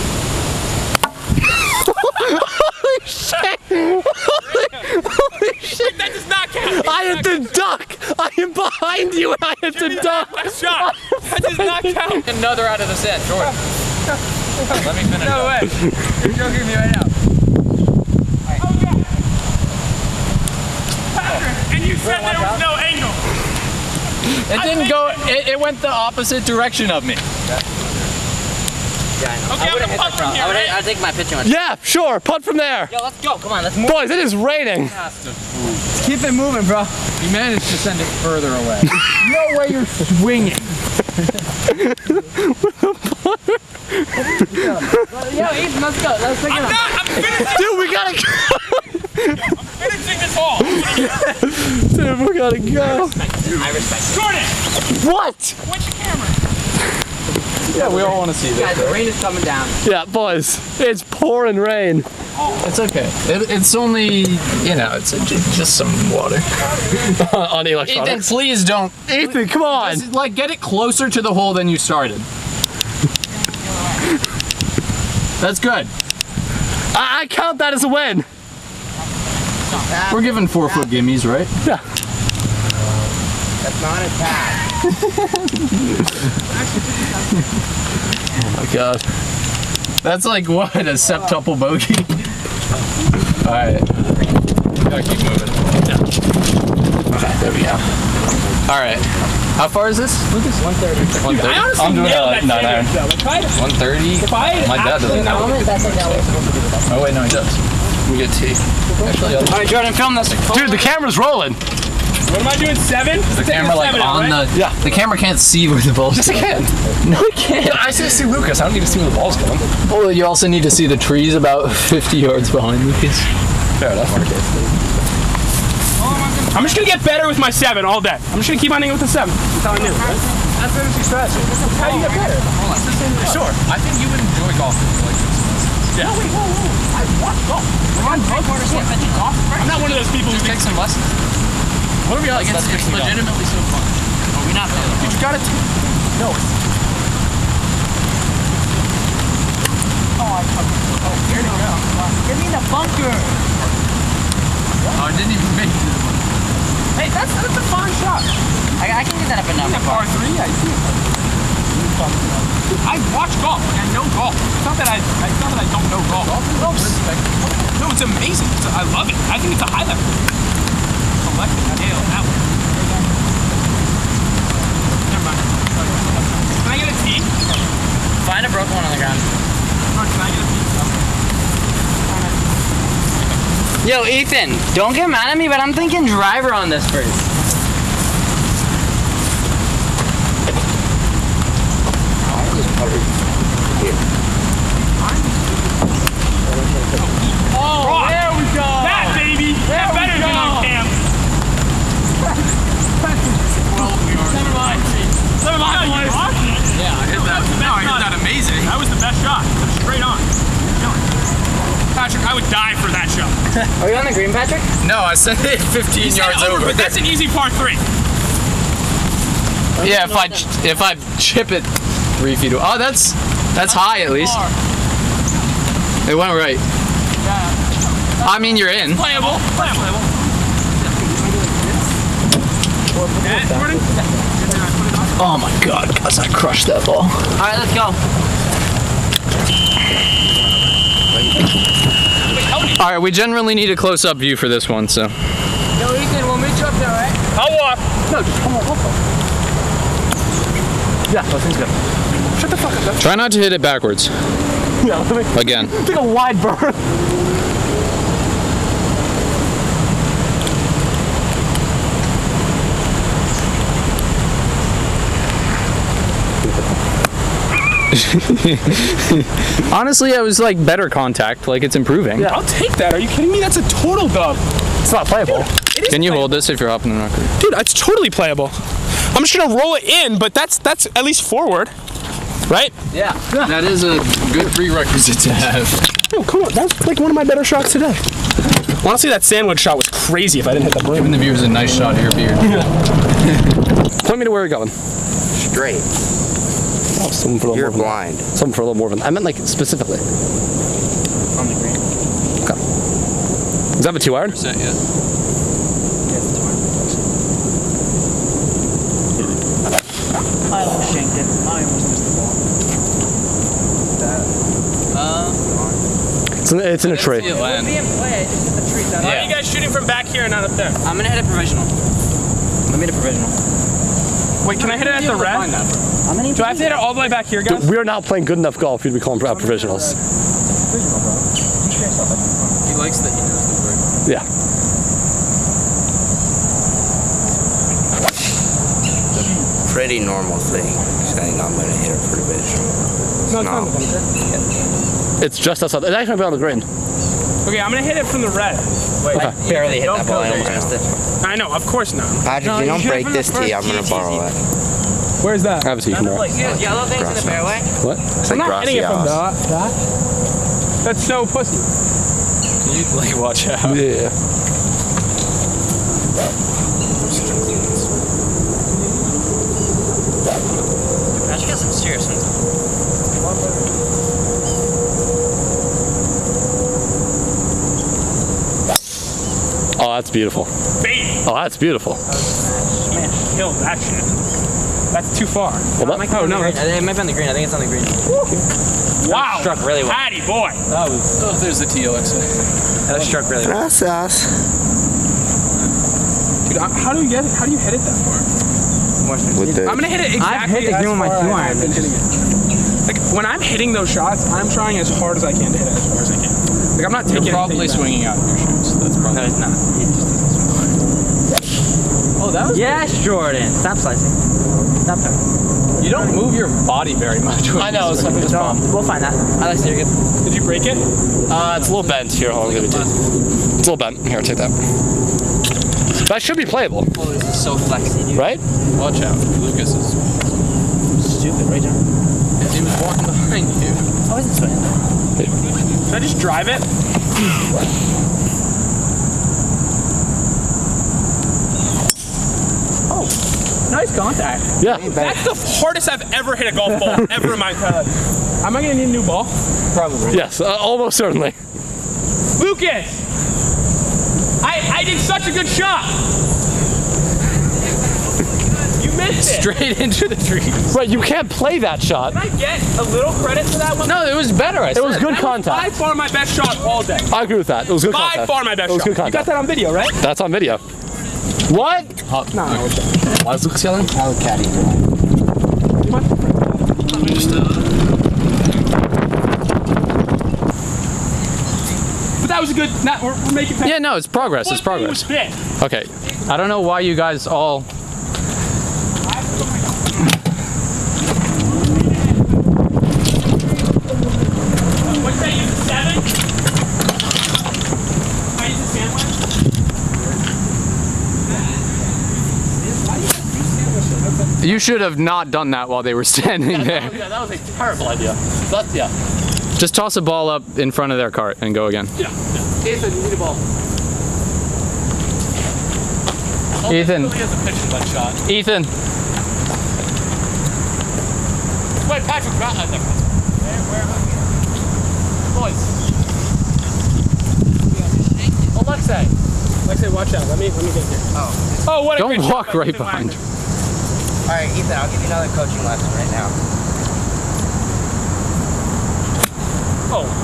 [SPEAKER 2] That does not count.
[SPEAKER 6] I am the duck. I am behind you, and I am the duck.
[SPEAKER 2] Last shot. That does not
[SPEAKER 11] [LAUGHS]
[SPEAKER 2] count.
[SPEAKER 11] Another out of the set, Jordan. Let me finish. No way. You're joking me right now.
[SPEAKER 2] Patrick, and you said there was no angle.
[SPEAKER 1] It didn't go. It, it went the opposite direction of me.
[SPEAKER 2] Okay, I'm gonna punt from here.
[SPEAKER 3] I,
[SPEAKER 2] right?
[SPEAKER 3] I think my pitching one.
[SPEAKER 6] Yeah, sure. Punt from there.
[SPEAKER 3] Yo, let's go. Come on, let's move.
[SPEAKER 6] Boys, it is raining.
[SPEAKER 11] Keep it moving, bro. You managed to send it further away. no way you're swinging.
[SPEAKER 3] Yo, Ethan, let's go. Let's take
[SPEAKER 2] I'm
[SPEAKER 3] it.
[SPEAKER 2] not. I'm finishing.
[SPEAKER 6] Dude, we gotta go.
[SPEAKER 2] finishing this hole.
[SPEAKER 6] Dude, we gotta go.
[SPEAKER 2] Jordan,
[SPEAKER 6] What?
[SPEAKER 2] what's your camera?
[SPEAKER 1] Yeah, we all want to see this.
[SPEAKER 3] Guys, the rain is coming down.
[SPEAKER 6] Yeah, boys, it's pouring rain. [LAUGHS]
[SPEAKER 1] It's okay. It, it's only you know, it's a, ju- just some water.
[SPEAKER 6] On
[SPEAKER 1] Ethan,
[SPEAKER 6] electronics.
[SPEAKER 1] please don't.
[SPEAKER 6] Ethan, come on.
[SPEAKER 1] Just, like get it closer to the hole than you started. That's good.
[SPEAKER 6] I, I count that as a win.
[SPEAKER 1] We're giving four foot gimmies, right?
[SPEAKER 4] That's not a tag.
[SPEAKER 6] Oh, God.
[SPEAKER 1] That's like what a septuple bogey. All right. Gotta keep moving. There we go. All right. How far is this? Lucas, 130.
[SPEAKER 2] I
[SPEAKER 1] 130.
[SPEAKER 2] honestly
[SPEAKER 5] I'm doing
[SPEAKER 2] nailed
[SPEAKER 5] a
[SPEAKER 2] that
[SPEAKER 5] nine
[SPEAKER 2] standard, though. If I,
[SPEAKER 1] 130.
[SPEAKER 2] if I
[SPEAKER 1] Oh, My dad doesn't know. Oh wait, no, he does. We get tea. Actually, I'll-
[SPEAKER 3] All right, Jordan, film this.
[SPEAKER 6] Dude, the camera's rolling.
[SPEAKER 2] What am I doing? Seven?
[SPEAKER 1] the camera like on the
[SPEAKER 6] Yeah.
[SPEAKER 1] The camera can't see where the ball's.
[SPEAKER 5] Yes, I can.
[SPEAKER 1] No, it can't.
[SPEAKER 5] I still see Lucas. I don't need to see where the ball's going.
[SPEAKER 1] Well, you also need to see the trees about 50 yards behind Lucas.
[SPEAKER 5] Fair enough.
[SPEAKER 2] I'm just gonna get better with my seven all day. I'm just gonna keep on hitting with the seven. That's how I knew. That's how you stretch. How you get better? Sure.
[SPEAKER 11] I think you would enjoy golf.
[SPEAKER 2] Yeah. Wait, whoa, whoa. I watch golf.
[SPEAKER 3] Come on, three quarters. Yeah, I think golf.
[SPEAKER 2] I'm not one of those people who
[SPEAKER 11] Take some lessons. What are we like? It's, it's legitimately so fun.
[SPEAKER 3] Are we not really?
[SPEAKER 2] you gotta take. No.
[SPEAKER 3] Give me the bunker.
[SPEAKER 11] Oh, I didn't even make it.
[SPEAKER 2] Hey, that's that's a fine shot.
[SPEAKER 3] I, I can get that up enough.
[SPEAKER 2] That par three, I see. I watch golf. Like I know golf. It's not that I. It's not that I don't know golf. No, it's amazing. It's, I love it. I think it's a high level. Collecting. Nail that one. Never mind. Can I get a tee?
[SPEAKER 3] Find a broken one on the ground.
[SPEAKER 2] Or can I get a tee?
[SPEAKER 3] Yo, Ethan, don't get mad at me, but I'm thinking driver on this first.
[SPEAKER 2] Oh, there we go. That baby. That better than on cam. Never mind. Never mind. No, you watched it.
[SPEAKER 11] Yeah, I hit that. No, I hit that amazing.
[SPEAKER 2] That was the best shot. Straight on. Patrick, I would die for that shot.
[SPEAKER 3] Are you on the green, Patrick?
[SPEAKER 1] No, I [LAUGHS] sent it 15 yards
[SPEAKER 2] Over,
[SPEAKER 1] over.
[SPEAKER 2] but "Oh, that's an easy par three.
[SPEAKER 1] Yeah, if I ch- if I chip it three feet. Oh, that's that's high at least. It went right. I mean, you're in.
[SPEAKER 2] Playable. Playable. Matt Jordan?
[SPEAKER 1] Oh my God, guys, I crushed that ball.
[SPEAKER 3] All right, let's go.
[SPEAKER 1] All right, we generally need a close up view for this one, so.
[SPEAKER 3] Yo, Ethan, we'll meet you up there, all right?
[SPEAKER 2] I'll walk. Yeah, that seems good. Shut the fuck up. That's
[SPEAKER 1] Try not to hit it backwards.
[SPEAKER 2] yeah, let me
[SPEAKER 1] Again.
[SPEAKER 2] [LAUGHS] take a wide berth.
[SPEAKER 1] Honestly, I was like better contact. Like it's improving.
[SPEAKER 2] I'll take that. Are you kidding me? That's a total dub.
[SPEAKER 6] It's not playable.
[SPEAKER 1] Can you hold this if you're hopping the knocker?
[SPEAKER 2] Dude, it's totally playable. I'm just gonna roll it in, but that's that's at least forward. Right?
[SPEAKER 1] That is a good prerequisite to have.
[SPEAKER 2] Yo, come on, that's like one of my better shots today. Honestly, that sandwich shot was crazy if I didn't hit the
[SPEAKER 1] Giving
[SPEAKER 2] brim.
[SPEAKER 1] the viewers a nice shot of your beard.
[SPEAKER 6] Point me to where you're going.
[SPEAKER 4] Straight.
[SPEAKER 6] Oh, something for a
[SPEAKER 4] You're
[SPEAKER 6] little more
[SPEAKER 4] blind.
[SPEAKER 6] than Something for a little more than I meant like specifically. On the green. Okay. Does that have a two iron?
[SPEAKER 3] I shanked it. I almost missed the ball.
[SPEAKER 6] It's in, it's in a tree.
[SPEAKER 3] It'd be in play, I just hit the tree. That
[SPEAKER 2] Why are you guys shooting from back here and not up there?
[SPEAKER 3] I'm gonna hit a provisional. I made a provisional.
[SPEAKER 2] Wait, can I hit it at the red?
[SPEAKER 3] I'm gonna
[SPEAKER 2] Do I have to hit it all the way back here, guys?
[SPEAKER 6] We are not playing good enough golf for you to be calling out provisionals.
[SPEAKER 11] He likes the.
[SPEAKER 6] Yeah.
[SPEAKER 4] Pretty normal thing. Saying I'm gonna hit a provision.
[SPEAKER 2] No, it's
[SPEAKER 4] No.
[SPEAKER 2] not.
[SPEAKER 6] It's just outside. It's actually on the green.
[SPEAKER 2] Okay, I'm gonna hit it from the red.
[SPEAKER 4] I barely hit that ball. I almost missed it.
[SPEAKER 2] I know, of course not.
[SPEAKER 4] Patrick, you don't break this tee. I'm gonna borrow it.
[SPEAKER 2] Where's that?
[SPEAKER 6] I have a tee tomorrow.
[SPEAKER 3] yellow things in the
[SPEAKER 4] Grass.
[SPEAKER 3] fairway?
[SPEAKER 6] What?
[SPEAKER 4] It's
[SPEAKER 2] I'm
[SPEAKER 4] like
[SPEAKER 2] not hitting it from
[SPEAKER 4] Gracias.
[SPEAKER 2] that. that. That's so pussy.
[SPEAKER 1] You like watch out.
[SPEAKER 6] Yeah.
[SPEAKER 3] Patrick has some serious ones.
[SPEAKER 6] Oh, that's beautiful.
[SPEAKER 2] Bam!
[SPEAKER 6] Oh, that's beautiful.
[SPEAKER 2] Man, kill that shit. That's too far.
[SPEAKER 6] Well, that-
[SPEAKER 2] oh, no.
[SPEAKER 3] Green. Uh, It might be on the green. I think it's on the green.
[SPEAKER 2] Wow.
[SPEAKER 3] Struck really well.
[SPEAKER 2] Patty boy.
[SPEAKER 11] Oh, there's the TLX.
[SPEAKER 3] That was struck really well.
[SPEAKER 4] Gracias.
[SPEAKER 2] Dude, I- how do you get it? How do you hit it that far?
[SPEAKER 4] With
[SPEAKER 2] I'm
[SPEAKER 4] the
[SPEAKER 2] gonna hit it exactly
[SPEAKER 3] I've hit the
[SPEAKER 2] as
[SPEAKER 3] green with my
[SPEAKER 2] far
[SPEAKER 3] two
[SPEAKER 2] as I've
[SPEAKER 3] iron.
[SPEAKER 2] been hitting it. Like when I'm hitting those shots, I'm trying as hard as I can to hit it as far as I can. Like I'm not taking
[SPEAKER 11] You're probably
[SPEAKER 2] anything back.
[SPEAKER 11] swinging out of your shoes. That's probably.
[SPEAKER 3] No, it's not.
[SPEAKER 11] Oh, that was.
[SPEAKER 3] Yes, Jordan. Stop slicing. Stop there.
[SPEAKER 11] You don't move your body very much. when you swing.
[SPEAKER 3] something just wrong. We'll find that. I like to hear good.
[SPEAKER 2] Did you break it?
[SPEAKER 6] Uh, it's a little bent here. Hold on, give it to you. It's a little bent. Here, take that. That should be playable,
[SPEAKER 3] Oh, this is so flexy, dude.
[SPEAKER 6] right?
[SPEAKER 11] Watch out, Lucas is.
[SPEAKER 3] Stupid, right, John?
[SPEAKER 11] He was walking behind you.
[SPEAKER 3] I wasn't swinging.
[SPEAKER 2] Did I just drive it? Oh, nice contact.
[SPEAKER 6] Yeah.
[SPEAKER 2] That's the hardest I've ever hit a golf [LAUGHS] ball ever in my life. Am I gonna need a new ball? Probably.
[SPEAKER 6] Yes, uh, almost certainly.
[SPEAKER 2] Lucas, I I did such a good shot. You missed it.
[SPEAKER 1] Straight into the tree.
[SPEAKER 6] Right, you can't play that shot.
[SPEAKER 2] Can I get a little credit for that one?
[SPEAKER 1] No, it was better. I
[SPEAKER 6] It was good
[SPEAKER 2] By
[SPEAKER 6] contact.
[SPEAKER 2] far my best shot all day.
[SPEAKER 6] I agree with that. It was good
[SPEAKER 2] By
[SPEAKER 6] contact.
[SPEAKER 2] far my best
[SPEAKER 6] It was
[SPEAKER 2] shot.
[SPEAKER 6] good
[SPEAKER 2] You got
[SPEAKER 6] contact.
[SPEAKER 2] that on video, right?
[SPEAKER 6] That's on video. What?
[SPEAKER 1] Why is Lucas yelling?
[SPEAKER 4] How caddy do I?
[SPEAKER 2] But that was a good. Not, we're, we're making.
[SPEAKER 1] Yeah, no, it's progress. It's
[SPEAKER 2] One thing was
[SPEAKER 1] progress.
[SPEAKER 2] big.
[SPEAKER 1] Okay. I don't know why you guys all.
[SPEAKER 2] What's that? Use a seven? I use a sandwich.
[SPEAKER 1] You should have not done that while they were standing there.
[SPEAKER 2] Oh, Yeah, that was a terrible idea. That's yeah.
[SPEAKER 1] Just toss a ball up in front of their cart and go again.
[SPEAKER 2] Yeah. Ethan, you need a ball.
[SPEAKER 1] Ethan,
[SPEAKER 2] He has a pitch and putt shot.
[SPEAKER 1] Ethan.
[SPEAKER 2] Wait, Patrick, not uh, never mind. Boys. Oh, Alexei. Alexei, watch out. Let me let me get here. Oh. Oh, what a
[SPEAKER 1] Don't
[SPEAKER 2] great shot
[SPEAKER 1] walk
[SPEAKER 2] by
[SPEAKER 1] right
[SPEAKER 2] Ethan
[SPEAKER 1] behind
[SPEAKER 2] Wagner.
[SPEAKER 4] All right, Ethan, I'll give you another coaching lesson right now.
[SPEAKER 2] Oh.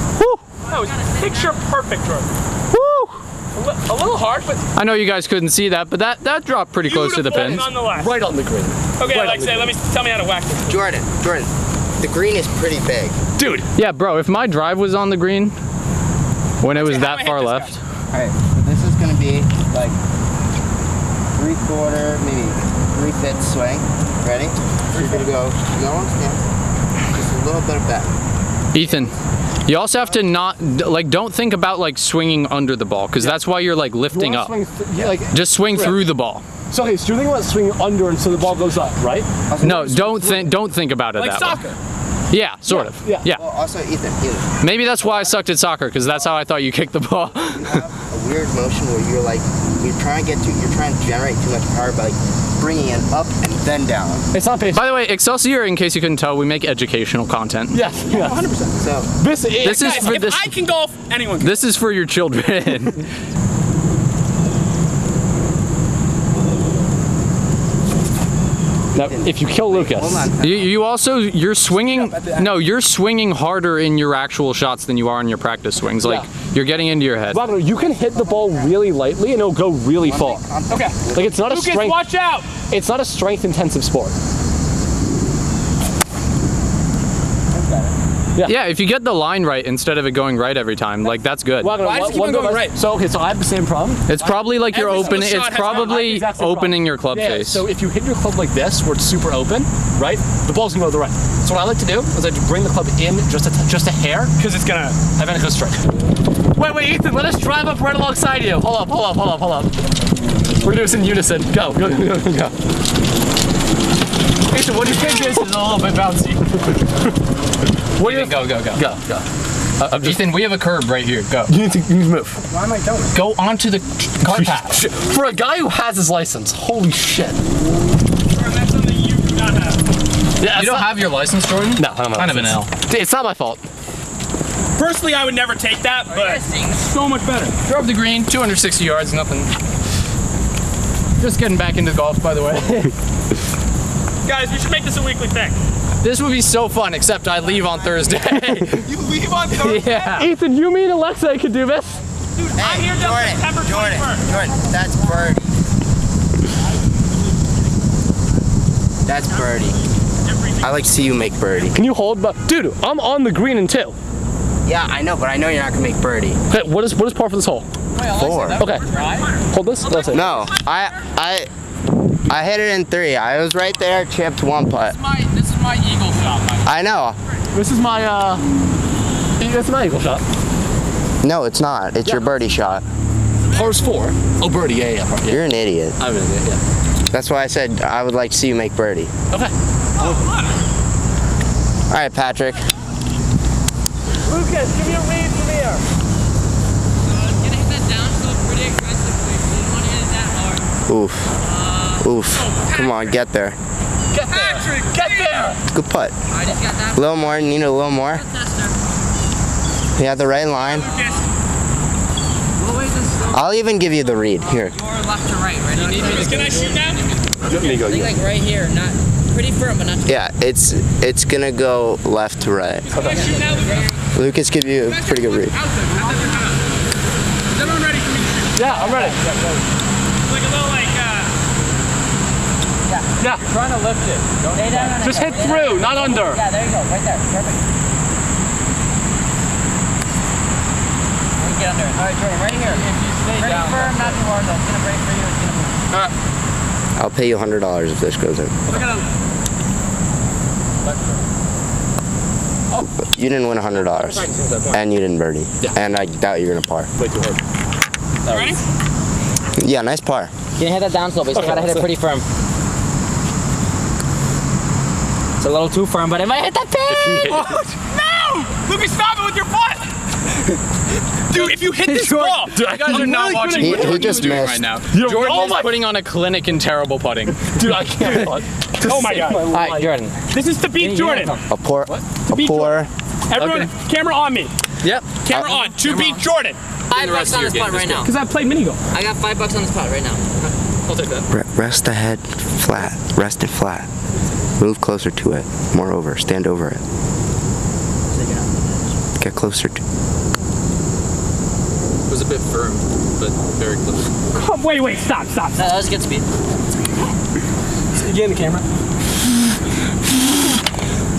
[SPEAKER 2] That was picture perfect, Jordan. Woo! A little hard, but
[SPEAKER 1] I know you guys couldn't see that, but that, that dropped pretty close to the
[SPEAKER 2] beautiful
[SPEAKER 1] pins.
[SPEAKER 2] Nonetheless.
[SPEAKER 6] Right on the green.
[SPEAKER 2] Okay,
[SPEAKER 6] right
[SPEAKER 2] Alexei, let me tell me how to whack this.
[SPEAKER 4] Jordan, Jordan, the green is pretty big.
[SPEAKER 6] Dude,
[SPEAKER 1] Yeah, bro, if my drive was on the green when it was
[SPEAKER 2] how I
[SPEAKER 1] that
[SPEAKER 2] hit
[SPEAKER 1] far
[SPEAKER 2] this guy.
[SPEAKER 1] left,
[SPEAKER 12] Alright, so this is gonna be like three quarter, maybe three fifths swing. Ready? So you're gonna go no one's hands, just a little bit of back.
[SPEAKER 1] Ethan, you also have to not d- like don't think about like swinging under the ball because that's why you're like lifting
[SPEAKER 6] wanna
[SPEAKER 1] up.
[SPEAKER 6] swing th- yeah, like,
[SPEAKER 1] Just swing
[SPEAKER 6] Right.
[SPEAKER 1] through the ball.
[SPEAKER 6] so okay, so you're thinking about swinging under and so the ball goes up, right?
[SPEAKER 1] No, don't think don't think about it
[SPEAKER 2] Like
[SPEAKER 1] that
[SPEAKER 2] soccer.
[SPEAKER 1] way. Yeah, sort of.
[SPEAKER 6] yeah.
[SPEAKER 1] Yeah.
[SPEAKER 12] Well also Ethan, Ethan,
[SPEAKER 1] Maybe that's why I sucked at soccer because that's how I thought you kicked the ball. [LAUGHS]
[SPEAKER 12] you have a weird motion where you're like you're trying to get too you're trying to generate too much power by like bringing it up and then down.
[SPEAKER 6] It's not patient.
[SPEAKER 1] By the way, Excelsior, in case you couldn't tell, we make educational content.
[SPEAKER 6] Yes, yes.
[SPEAKER 12] So
[SPEAKER 6] This is
[SPEAKER 1] This is
[SPEAKER 2] Guys,
[SPEAKER 1] for
[SPEAKER 2] if
[SPEAKER 1] this.
[SPEAKER 2] I can golf, anyone can.
[SPEAKER 1] This is for your children. [LAUGHS]
[SPEAKER 6] Now, if you kill Lucas.
[SPEAKER 1] you, you also you're swinging. No, you're swinging harder in your actual shots than you are in your practice swings. Like you're getting into your head.
[SPEAKER 6] Robert, you can hit the ball really lightly and it'll go really far.
[SPEAKER 2] Okay.
[SPEAKER 6] Like it's not a
[SPEAKER 2] Lucas,
[SPEAKER 6] strength
[SPEAKER 2] watch out.
[SPEAKER 6] it's not a strength intensive sport.
[SPEAKER 1] Yeah, if you get the line right instead of it going right every time, like that's good.
[SPEAKER 6] Wagner,
[SPEAKER 2] Why does
[SPEAKER 6] one-
[SPEAKER 2] it keep
[SPEAKER 6] one
[SPEAKER 2] on going
[SPEAKER 6] goes-
[SPEAKER 2] right?
[SPEAKER 6] So okay, so I have the same problem.
[SPEAKER 1] It's probably like you're
[SPEAKER 2] Every single
[SPEAKER 1] opening.
[SPEAKER 2] shot
[SPEAKER 1] It's
[SPEAKER 2] has gone
[SPEAKER 1] probably
[SPEAKER 6] Exact same problem.
[SPEAKER 1] opening your club
[SPEAKER 6] Yeah,
[SPEAKER 1] face.
[SPEAKER 6] So if you hit your club like this, where it's super open, right, the ball's gonna go to the right. So what I like to do is I bring the club in just a t- just a hair,
[SPEAKER 2] Because it's gonna.
[SPEAKER 6] and then it goes straight. Wait, wait, Ethan, let us drive up right alongside you. Hold up, hold up, hold up, hold up. We're gonna do this in unison. Go, go, go, [LAUGHS] go. Ethan, what do you think is a little bit [LAUGHS] bouncy? What do you
[SPEAKER 1] go, go, go.
[SPEAKER 6] Go, go.
[SPEAKER 1] Uh, Ethan, we have a curb right here. Go.
[SPEAKER 6] You need to you need to move.
[SPEAKER 1] Go onto the car [LAUGHS] path.
[SPEAKER 6] Shit. For a guy who has his license, holy shit.
[SPEAKER 2] Jordan, that's something you do not have.
[SPEAKER 6] Yeah,
[SPEAKER 1] You don't have your license, Jordan?
[SPEAKER 6] No, I don't have a
[SPEAKER 1] Kind of an L.
[SPEAKER 6] license. It's not my fault.
[SPEAKER 2] Personally, I would never take that, but it's so much better.
[SPEAKER 1] Drove the green, 260 yards, nothing. Just getting back into golf, by the way. [LAUGHS]
[SPEAKER 2] Guys, we should make this a weekly thing.
[SPEAKER 1] this would be so fun, except I leave on [LAUGHS] Thursday.
[SPEAKER 2] You
[SPEAKER 1] [LAUGHS]
[SPEAKER 2] leave on Thursday.
[SPEAKER 1] yeah.
[SPEAKER 6] Ethan, you mean Alexa could do this?
[SPEAKER 2] I'm here till
[SPEAKER 12] Jordan,
[SPEAKER 2] September
[SPEAKER 12] Jordan,
[SPEAKER 2] 21st.
[SPEAKER 12] Jordan, that's birdie. That's birdie.
[SPEAKER 4] I like to see you make birdie.
[SPEAKER 6] Can you hold but dude, I'm on the green in two.
[SPEAKER 12] Yeah, I know, but I know you're not gonna make birdie.
[SPEAKER 6] Okay, what is what is par for this hole?
[SPEAKER 4] Four.
[SPEAKER 6] Okay. Hold this. That's it.
[SPEAKER 4] No, I, I, I hit it in three. I was right there, chipped one putt.
[SPEAKER 3] My, this is my eagle shot.
[SPEAKER 4] I know.
[SPEAKER 6] This is my uh that's my eagle shot.
[SPEAKER 4] No, it's not. It's your birdie shot.
[SPEAKER 6] Par's four. Oh birdie, yeah, yeah, yeah.
[SPEAKER 4] You're an idiot.
[SPEAKER 6] I'm in it, yeah.
[SPEAKER 4] That's why I said I would like to see you make birdie.
[SPEAKER 6] Okay.
[SPEAKER 4] All right, Patrick.
[SPEAKER 2] Lucas, give me a lead in the air.
[SPEAKER 3] gonna hit that down slope pretty aggressively. You don't wanna hit it that hard.
[SPEAKER 4] Oof. Oof. Come on, get there.
[SPEAKER 2] Patrick, get there.
[SPEAKER 4] Good putt.
[SPEAKER 3] I just got that
[SPEAKER 4] A little more. Need a little more.
[SPEAKER 3] tester.
[SPEAKER 4] You have the right line.
[SPEAKER 2] Lucas,
[SPEAKER 3] What way does slope
[SPEAKER 4] I'll even give you the read. Here.
[SPEAKER 3] your left to right, right? You need
[SPEAKER 2] Lucas, can I shoot now?
[SPEAKER 3] I think like right here, not pretty firm, but not too
[SPEAKER 4] Yeah, it's it's gonna go left to right.
[SPEAKER 2] Can I shoot now, Lucas?
[SPEAKER 4] Lucas give you a pretty good read.
[SPEAKER 2] Out there. Out there. Out there. Is everyone ready for me to shoot?
[SPEAKER 6] Yeah, I'm ready.
[SPEAKER 2] Like a little like. Uh,
[SPEAKER 3] Lay down on it.
[SPEAKER 6] Just hit through, not under.
[SPEAKER 3] Yeah, there you go, right there. Perfect. You Get under it. All right, Jordan, right here. If you stay pretty firm, not too hard though. It's gonna break for you. It's gonna move.
[SPEAKER 4] I'll pay you hundred dollars if this goes in. You didn't win hundred dollars, and you didn't birdie, and I doubt you're gonna par.
[SPEAKER 2] ready?
[SPEAKER 4] Yeah, nice par.
[SPEAKER 3] You can hit that down slope, but you still gotta hit it pretty firm. It's a little too firm, but it might hit that pin!
[SPEAKER 2] No! Lucas, stop it with your [LAUGHS] butt! Dude, if you hit [LAUGHS] this ball,
[SPEAKER 1] You guys are not watching
[SPEAKER 4] He-
[SPEAKER 1] what
[SPEAKER 4] he
[SPEAKER 1] Jordan
[SPEAKER 4] just
[SPEAKER 1] is doing
[SPEAKER 4] missed.
[SPEAKER 1] right now.
[SPEAKER 6] You're-
[SPEAKER 1] Jordan
[SPEAKER 6] oh
[SPEAKER 1] is
[SPEAKER 6] my-
[SPEAKER 1] putting on a clinic in terrible putting.
[SPEAKER 6] Dude, I can't.
[SPEAKER 2] oh my god.
[SPEAKER 3] Alright, Jordan.
[SPEAKER 2] This is to beat Jordan.
[SPEAKER 4] A poor, a
[SPEAKER 2] Beat
[SPEAKER 4] poor.
[SPEAKER 2] Everyone, camera on me.
[SPEAKER 1] Yep.
[SPEAKER 6] Uh,
[SPEAKER 2] Camera on. To beat Jordan.
[SPEAKER 3] Five bucks on
[SPEAKER 1] your
[SPEAKER 3] this pot right now.
[SPEAKER 2] Because I played mini golf.
[SPEAKER 3] I got five bucks on this pot right now. I'll take that.
[SPEAKER 4] Re- Rest the head flat. Rest it flat. Move closer to it. Moreover, stand over it. Get closer to.
[SPEAKER 1] Was it
[SPEAKER 11] little bit firm, but very close.
[SPEAKER 2] Oh, wait, wait, stop, stop.
[SPEAKER 3] No, that was a good speed.
[SPEAKER 2] Get in the camera.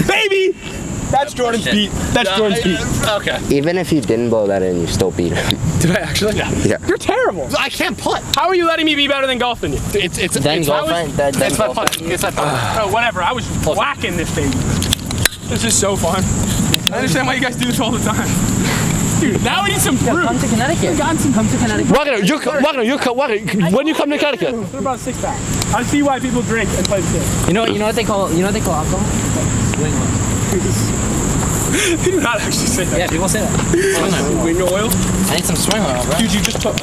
[SPEAKER 2] Baby! That's Jordan's
[SPEAKER 3] shit.
[SPEAKER 2] beat. That's Jordan's beat.
[SPEAKER 3] Okay.
[SPEAKER 4] Even if you didn't blow that in, you still beat him.
[SPEAKER 2] Did I actually? Yeah.
[SPEAKER 4] Yeah.
[SPEAKER 2] You're terrible.
[SPEAKER 6] I can't putt.
[SPEAKER 2] How are you letting me be better than golf than you?
[SPEAKER 6] It's it's
[SPEAKER 4] Then
[SPEAKER 6] it's
[SPEAKER 4] go
[SPEAKER 6] I was-
[SPEAKER 4] find- then- then
[SPEAKER 6] it's my
[SPEAKER 4] go
[SPEAKER 6] putt. It's my [SIGHS] putt.
[SPEAKER 2] Oh, whatever. I was whacking this baby. This is so fun. I understand why you guys do this all the time. Dude, now we need some fruit.
[SPEAKER 3] Come to Connecticut. Come to Connecticut.
[SPEAKER 6] Wagner, you Wagner, you Wagner. When you come to Connecticut,
[SPEAKER 2] What about six pack? I see why people drink and play [LAUGHS] this game.
[SPEAKER 3] You know, you know what they call, you know what they call alcohol? Swing oil.
[SPEAKER 2] They do not actually say that.
[SPEAKER 3] Yeah, people say that.
[SPEAKER 2] Wing oil.
[SPEAKER 1] I need some swing oil, bro.
[SPEAKER 2] Dude, you just took.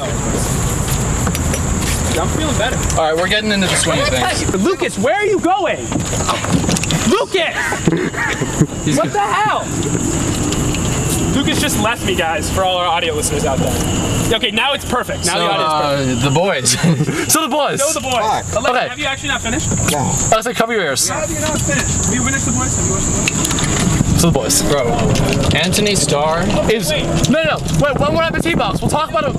[SPEAKER 2] I'm feeling better.
[SPEAKER 1] All right, we're getting into the swing of things.
[SPEAKER 2] Lucas, where are you going? Lucas! what the hell? Lucas just left me, guys, for all our audio listeners out there. Okay, now it's perfect. Now
[SPEAKER 1] So,
[SPEAKER 2] the audio is
[SPEAKER 1] uh, the boys.
[SPEAKER 6] [LAUGHS] so the boys.
[SPEAKER 2] perfect. So the boys.
[SPEAKER 4] fuck.
[SPEAKER 2] Alexa,
[SPEAKER 6] Okay.
[SPEAKER 2] Have you actually not finished?
[SPEAKER 6] I said, cover your ears.
[SPEAKER 2] How have you not finished? Have you finished the boys? Have you watched the boys?
[SPEAKER 6] So the boys.
[SPEAKER 1] Bro, Anthony Starr.
[SPEAKER 6] Is no, no, no. Wait, one more have a tee box. We'll talk about it.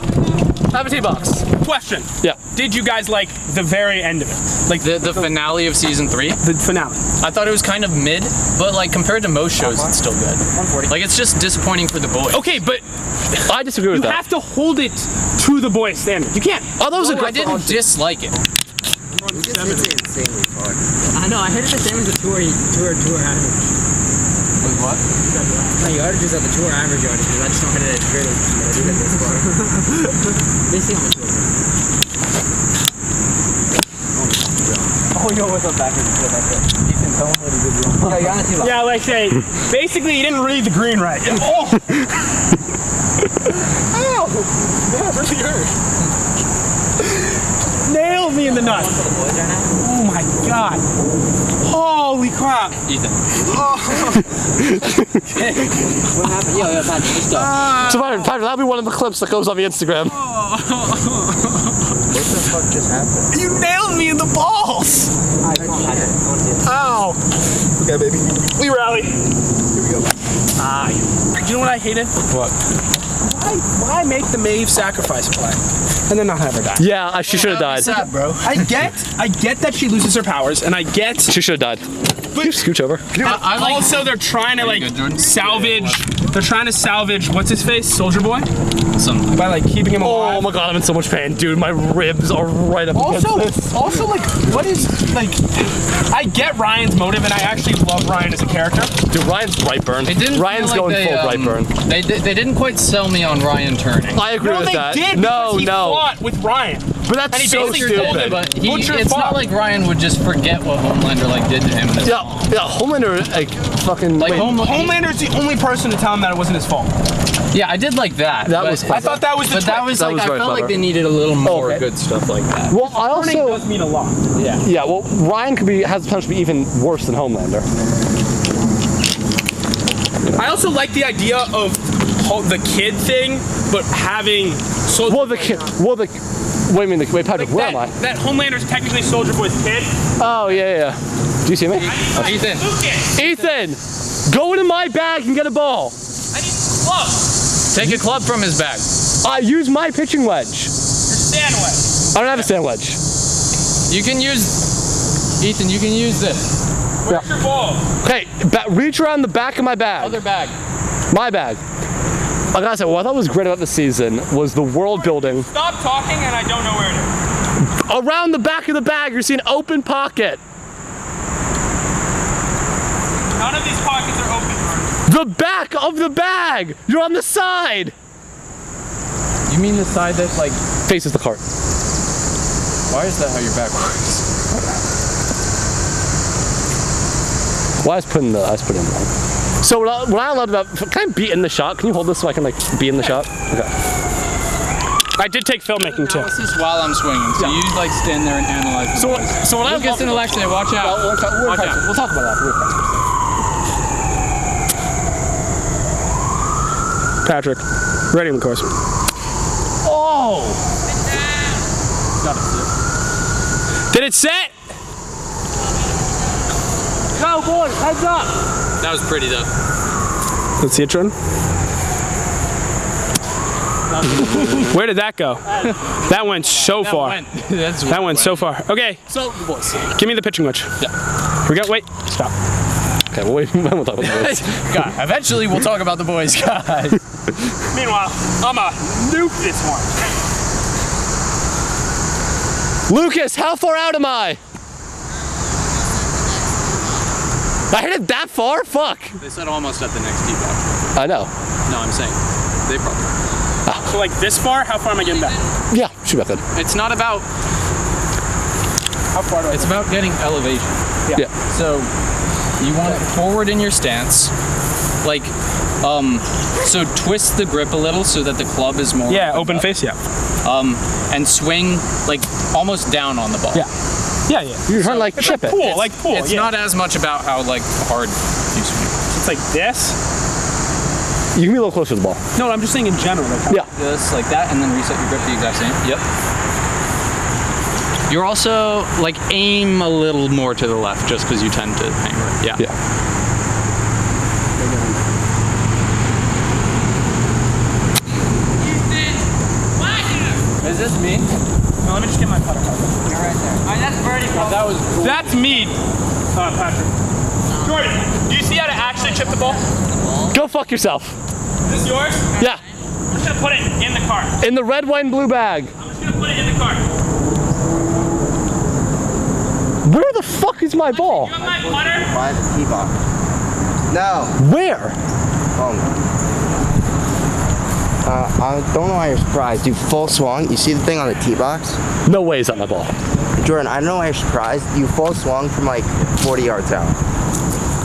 [SPEAKER 6] Have a tee box.
[SPEAKER 2] Question.
[SPEAKER 6] Yeah.
[SPEAKER 2] Did you guys like the very end of it?
[SPEAKER 1] Like the, the finale of season three,
[SPEAKER 2] The finale.
[SPEAKER 1] I thought it was kind of mid, but like compared to most shows, it's still good. Like it's just disappointing for the boys.
[SPEAKER 2] Okay, but
[SPEAKER 6] I disagree with
[SPEAKER 2] you
[SPEAKER 6] that.
[SPEAKER 2] have to hold it to the boys' standard. You can't.
[SPEAKER 6] Oh, that was a
[SPEAKER 1] I
[SPEAKER 6] good.
[SPEAKER 1] didn't dislike it.
[SPEAKER 3] I know, I heard it the same as the tour, tour, tour average. Wait, what? My yardages are the tour average yardages. I just don't hit it as great as you guys as [LAUGHS] far. Basically, on the tour. Oh, yo, what's up, backwards? Ethan, tell him what he did wrong. Yo, you're on the tee box.
[SPEAKER 2] Yeah, like say, basically you didn't read the green right. [LAUGHS] Oh. Ow. That really hurt. Nailed me in the nuts. Oh my god. Holy crap.
[SPEAKER 1] Ethan.
[SPEAKER 3] What happened? Yo, yo, Patrick, just go.
[SPEAKER 6] So Byron, Byron, that'll be one of the clips that goes on the Instagram.
[SPEAKER 2] You nailed me in the balls. Ow.
[SPEAKER 4] Okay, baby.
[SPEAKER 2] We rally. Here we go. Ah. you know what I hated?
[SPEAKER 1] What?
[SPEAKER 2] Why, why make the Maeve sacrifice a play and then not have her die?
[SPEAKER 6] Yeah, I- she should have died.
[SPEAKER 1] Sad, bro.
[SPEAKER 2] I get, I get that she loses her powers, and I get
[SPEAKER 6] She should have died. Can you scooch over.
[SPEAKER 1] I, I like
[SPEAKER 2] also, they're trying to like
[SPEAKER 1] Pretty good, Jordan.
[SPEAKER 2] salvage. They're trying to salvage what's his face, Soldier Boy,
[SPEAKER 1] some.
[SPEAKER 2] by like keeping him alive.
[SPEAKER 6] Oh my god, I'm in so much pain, dude. My ribs are right up. against
[SPEAKER 2] Also,
[SPEAKER 6] this.
[SPEAKER 2] also like, what is like? I get Ryan's motive, and I actually love Ryan as a character.
[SPEAKER 6] dude, Ryan's Brightburn.
[SPEAKER 1] It didn't.
[SPEAKER 6] Ryan's
[SPEAKER 1] feel
[SPEAKER 6] going
[SPEAKER 1] like they,
[SPEAKER 6] full
[SPEAKER 1] um,
[SPEAKER 6] Brightburn.
[SPEAKER 1] They di- they didn't quite sell me on Ryan turning.
[SPEAKER 6] I agree with
[SPEAKER 2] they
[SPEAKER 6] that.
[SPEAKER 2] did.
[SPEAKER 6] no,
[SPEAKER 2] because he
[SPEAKER 6] no.
[SPEAKER 2] fought with Ryan.
[SPEAKER 6] But that's
[SPEAKER 2] and he
[SPEAKER 6] [LAUGHS] so
[SPEAKER 2] basically told
[SPEAKER 6] stupid.
[SPEAKER 2] him,
[SPEAKER 1] But he,
[SPEAKER 2] Butcher
[SPEAKER 1] it's
[SPEAKER 2] fuck.
[SPEAKER 1] not like Ryan would just forget what Homelander like did to him.
[SPEAKER 6] Yeah, yeah. Homelander, like fucking.
[SPEAKER 1] Like
[SPEAKER 2] Oh
[SPEAKER 6] wait,
[SPEAKER 1] Homel-
[SPEAKER 2] Homelander's the only person to tell him that it wasn't his fault.
[SPEAKER 1] Yeah, I did like that.
[SPEAKER 6] That
[SPEAKER 1] but-
[SPEAKER 6] was
[SPEAKER 2] I thought that was the.
[SPEAKER 1] But that was
[SPEAKER 6] That
[SPEAKER 1] like
[SPEAKER 6] was
[SPEAKER 1] I
[SPEAKER 6] very
[SPEAKER 1] felt
[SPEAKER 6] clever.
[SPEAKER 1] like they needed a Oh, little more
[SPEAKER 6] okay.
[SPEAKER 1] good stuff like that.
[SPEAKER 6] well, I also
[SPEAKER 2] does mean a lot.
[SPEAKER 6] Yeah, well, Ryan could be has the potential to be even worse than Homelander.
[SPEAKER 2] I also like the idea of ho- the kid thing, but having Soldier.
[SPEAKER 6] Well, the kid. Well, the. Wait a minute. Wait, Patrick. where
[SPEAKER 2] that,
[SPEAKER 6] am I?
[SPEAKER 2] That Homelander's technically Soldier Boy's kid.
[SPEAKER 6] Oh yeah, yeah, yeah. Do you see me?
[SPEAKER 1] Ethan,
[SPEAKER 2] Lucas,
[SPEAKER 6] Ethan, go into my bag and get a ball.
[SPEAKER 2] I need a club.
[SPEAKER 1] take a club from his bag.
[SPEAKER 6] I use my pitching wedge.
[SPEAKER 2] Your sandwich.
[SPEAKER 6] I don't have a sand wedge.
[SPEAKER 1] You can use. Ethan, you can use this
[SPEAKER 2] Where's your ball?
[SPEAKER 6] Okay, ba- reach around the back of my bag.
[SPEAKER 1] other bag.
[SPEAKER 6] my bag. I gotta say, what I thought was great about this season was the world building.
[SPEAKER 2] Stop talking, and I don't know where it is.
[SPEAKER 6] Around the back of the bag, you see an open pocket.
[SPEAKER 2] None of these pockets are open.
[SPEAKER 6] The back of the bag. You're on the side.
[SPEAKER 1] You mean the side that's like?
[SPEAKER 6] Faces the cart.
[SPEAKER 1] Why is that how your back works?
[SPEAKER 6] Well, I was putting the I was putting the line. So what I, what I loved about can I be in the shot? Can you hold this so I can like be in the shot? Okay.
[SPEAKER 2] I did take filmmaking too.
[SPEAKER 1] Analysis while I'm swinging. So you like stand there and analyze.
[SPEAKER 6] So what, so what I
[SPEAKER 1] Lucas and Alexei, watch out.
[SPEAKER 6] we'll, talk- we'll, talk- we'll talk about that. We'll talk
[SPEAKER 2] Patrick, ready on the course. Oh! Did it set? Go, boys, heads up!
[SPEAKER 1] That was pretty though.
[SPEAKER 2] Let's see it, Jordan. Where did that go? That went so far.
[SPEAKER 1] Went. [LAUGHS] That's
[SPEAKER 2] That went so far. Okay. So, boys. Give me the pitching wedge. We got, wait, stop.
[SPEAKER 5] Okay,
[SPEAKER 6] [LAUGHS]
[SPEAKER 5] well, wait, we'll talk about this.
[SPEAKER 1] God, eventually we'll talk about the boys, [LAUGHS] guys.
[SPEAKER 2] Meanwhile, I'm a nuke this one.
[SPEAKER 6] Lucas, how far out am I? I hit it that far? Fuck.
[SPEAKER 11] They said almost at the next tee box.
[SPEAKER 6] I know.
[SPEAKER 11] No, I'm saying they probably.
[SPEAKER 2] So like this far, how far am I getting back?
[SPEAKER 6] Yeah, shoot back then.
[SPEAKER 11] It's not about.
[SPEAKER 2] How far do I?
[SPEAKER 11] It's about getting elevation.
[SPEAKER 6] Yeah.
[SPEAKER 11] So
[SPEAKER 1] You want it forward in your stance. Like, um, so twist the grip a little so that the club is more.
[SPEAKER 2] Yeah, open face. Yeah.
[SPEAKER 1] And swing, like, almost down on the ball.
[SPEAKER 2] Yeah. Yeah, yeah.
[SPEAKER 6] You turn like chip it.
[SPEAKER 2] Pool, like pool.
[SPEAKER 1] It's
[SPEAKER 2] yeah.
[SPEAKER 1] not as much about how, like, hard you swing.
[SPEAKER 2] It's like this.
[SPEAKER 6] You can be a little closer to the ball.
[SPEAKER 2] No, I'm just saying in general. Like,
[SPEAKER 6] Yeah.
[SPEAKER 1] This, like that, and then reset your grip the exact same. Yep. You're also, like, aim a little more to the left just because you tend to aim right. Yeah.
[SPEAKER 6] Yeah.
[SPEAKER 11] is this me?
[SPEAKER 2] No, let me just get my putter. Alright, that's birdie. that was. That's me. Uh, Patrick. Jordan, do you see how to actually chip the ball?
[SPEAKER 6] Go fuck yourself.
[SPEAKER 2] Is this yours?
[SPEAKER 6] Yeah.
[SPEAKER 2] I'm just gonna put it in the cart.
[SPEAKER 6] In the red, white, and blue bag.
[SPEAKER 2] I'm just gonna put it in the cart.
[SPEAKER 6] Where the fuck is my ball?
[SPEAKER 2] You have my putter?
[SPEAKER 12] By the tee box. No.
[SPEAKER 6] Where?
[SPEAKER 12] Oh no. Uh, I don't know why you're surprised. Dude, full swung. You see the thing on the tee box?
[SPEAKER 6] No way is that my ball.
[SPEAKER 12] Jordan, I don't know why you're surprised. You full swung from like 40 yards out.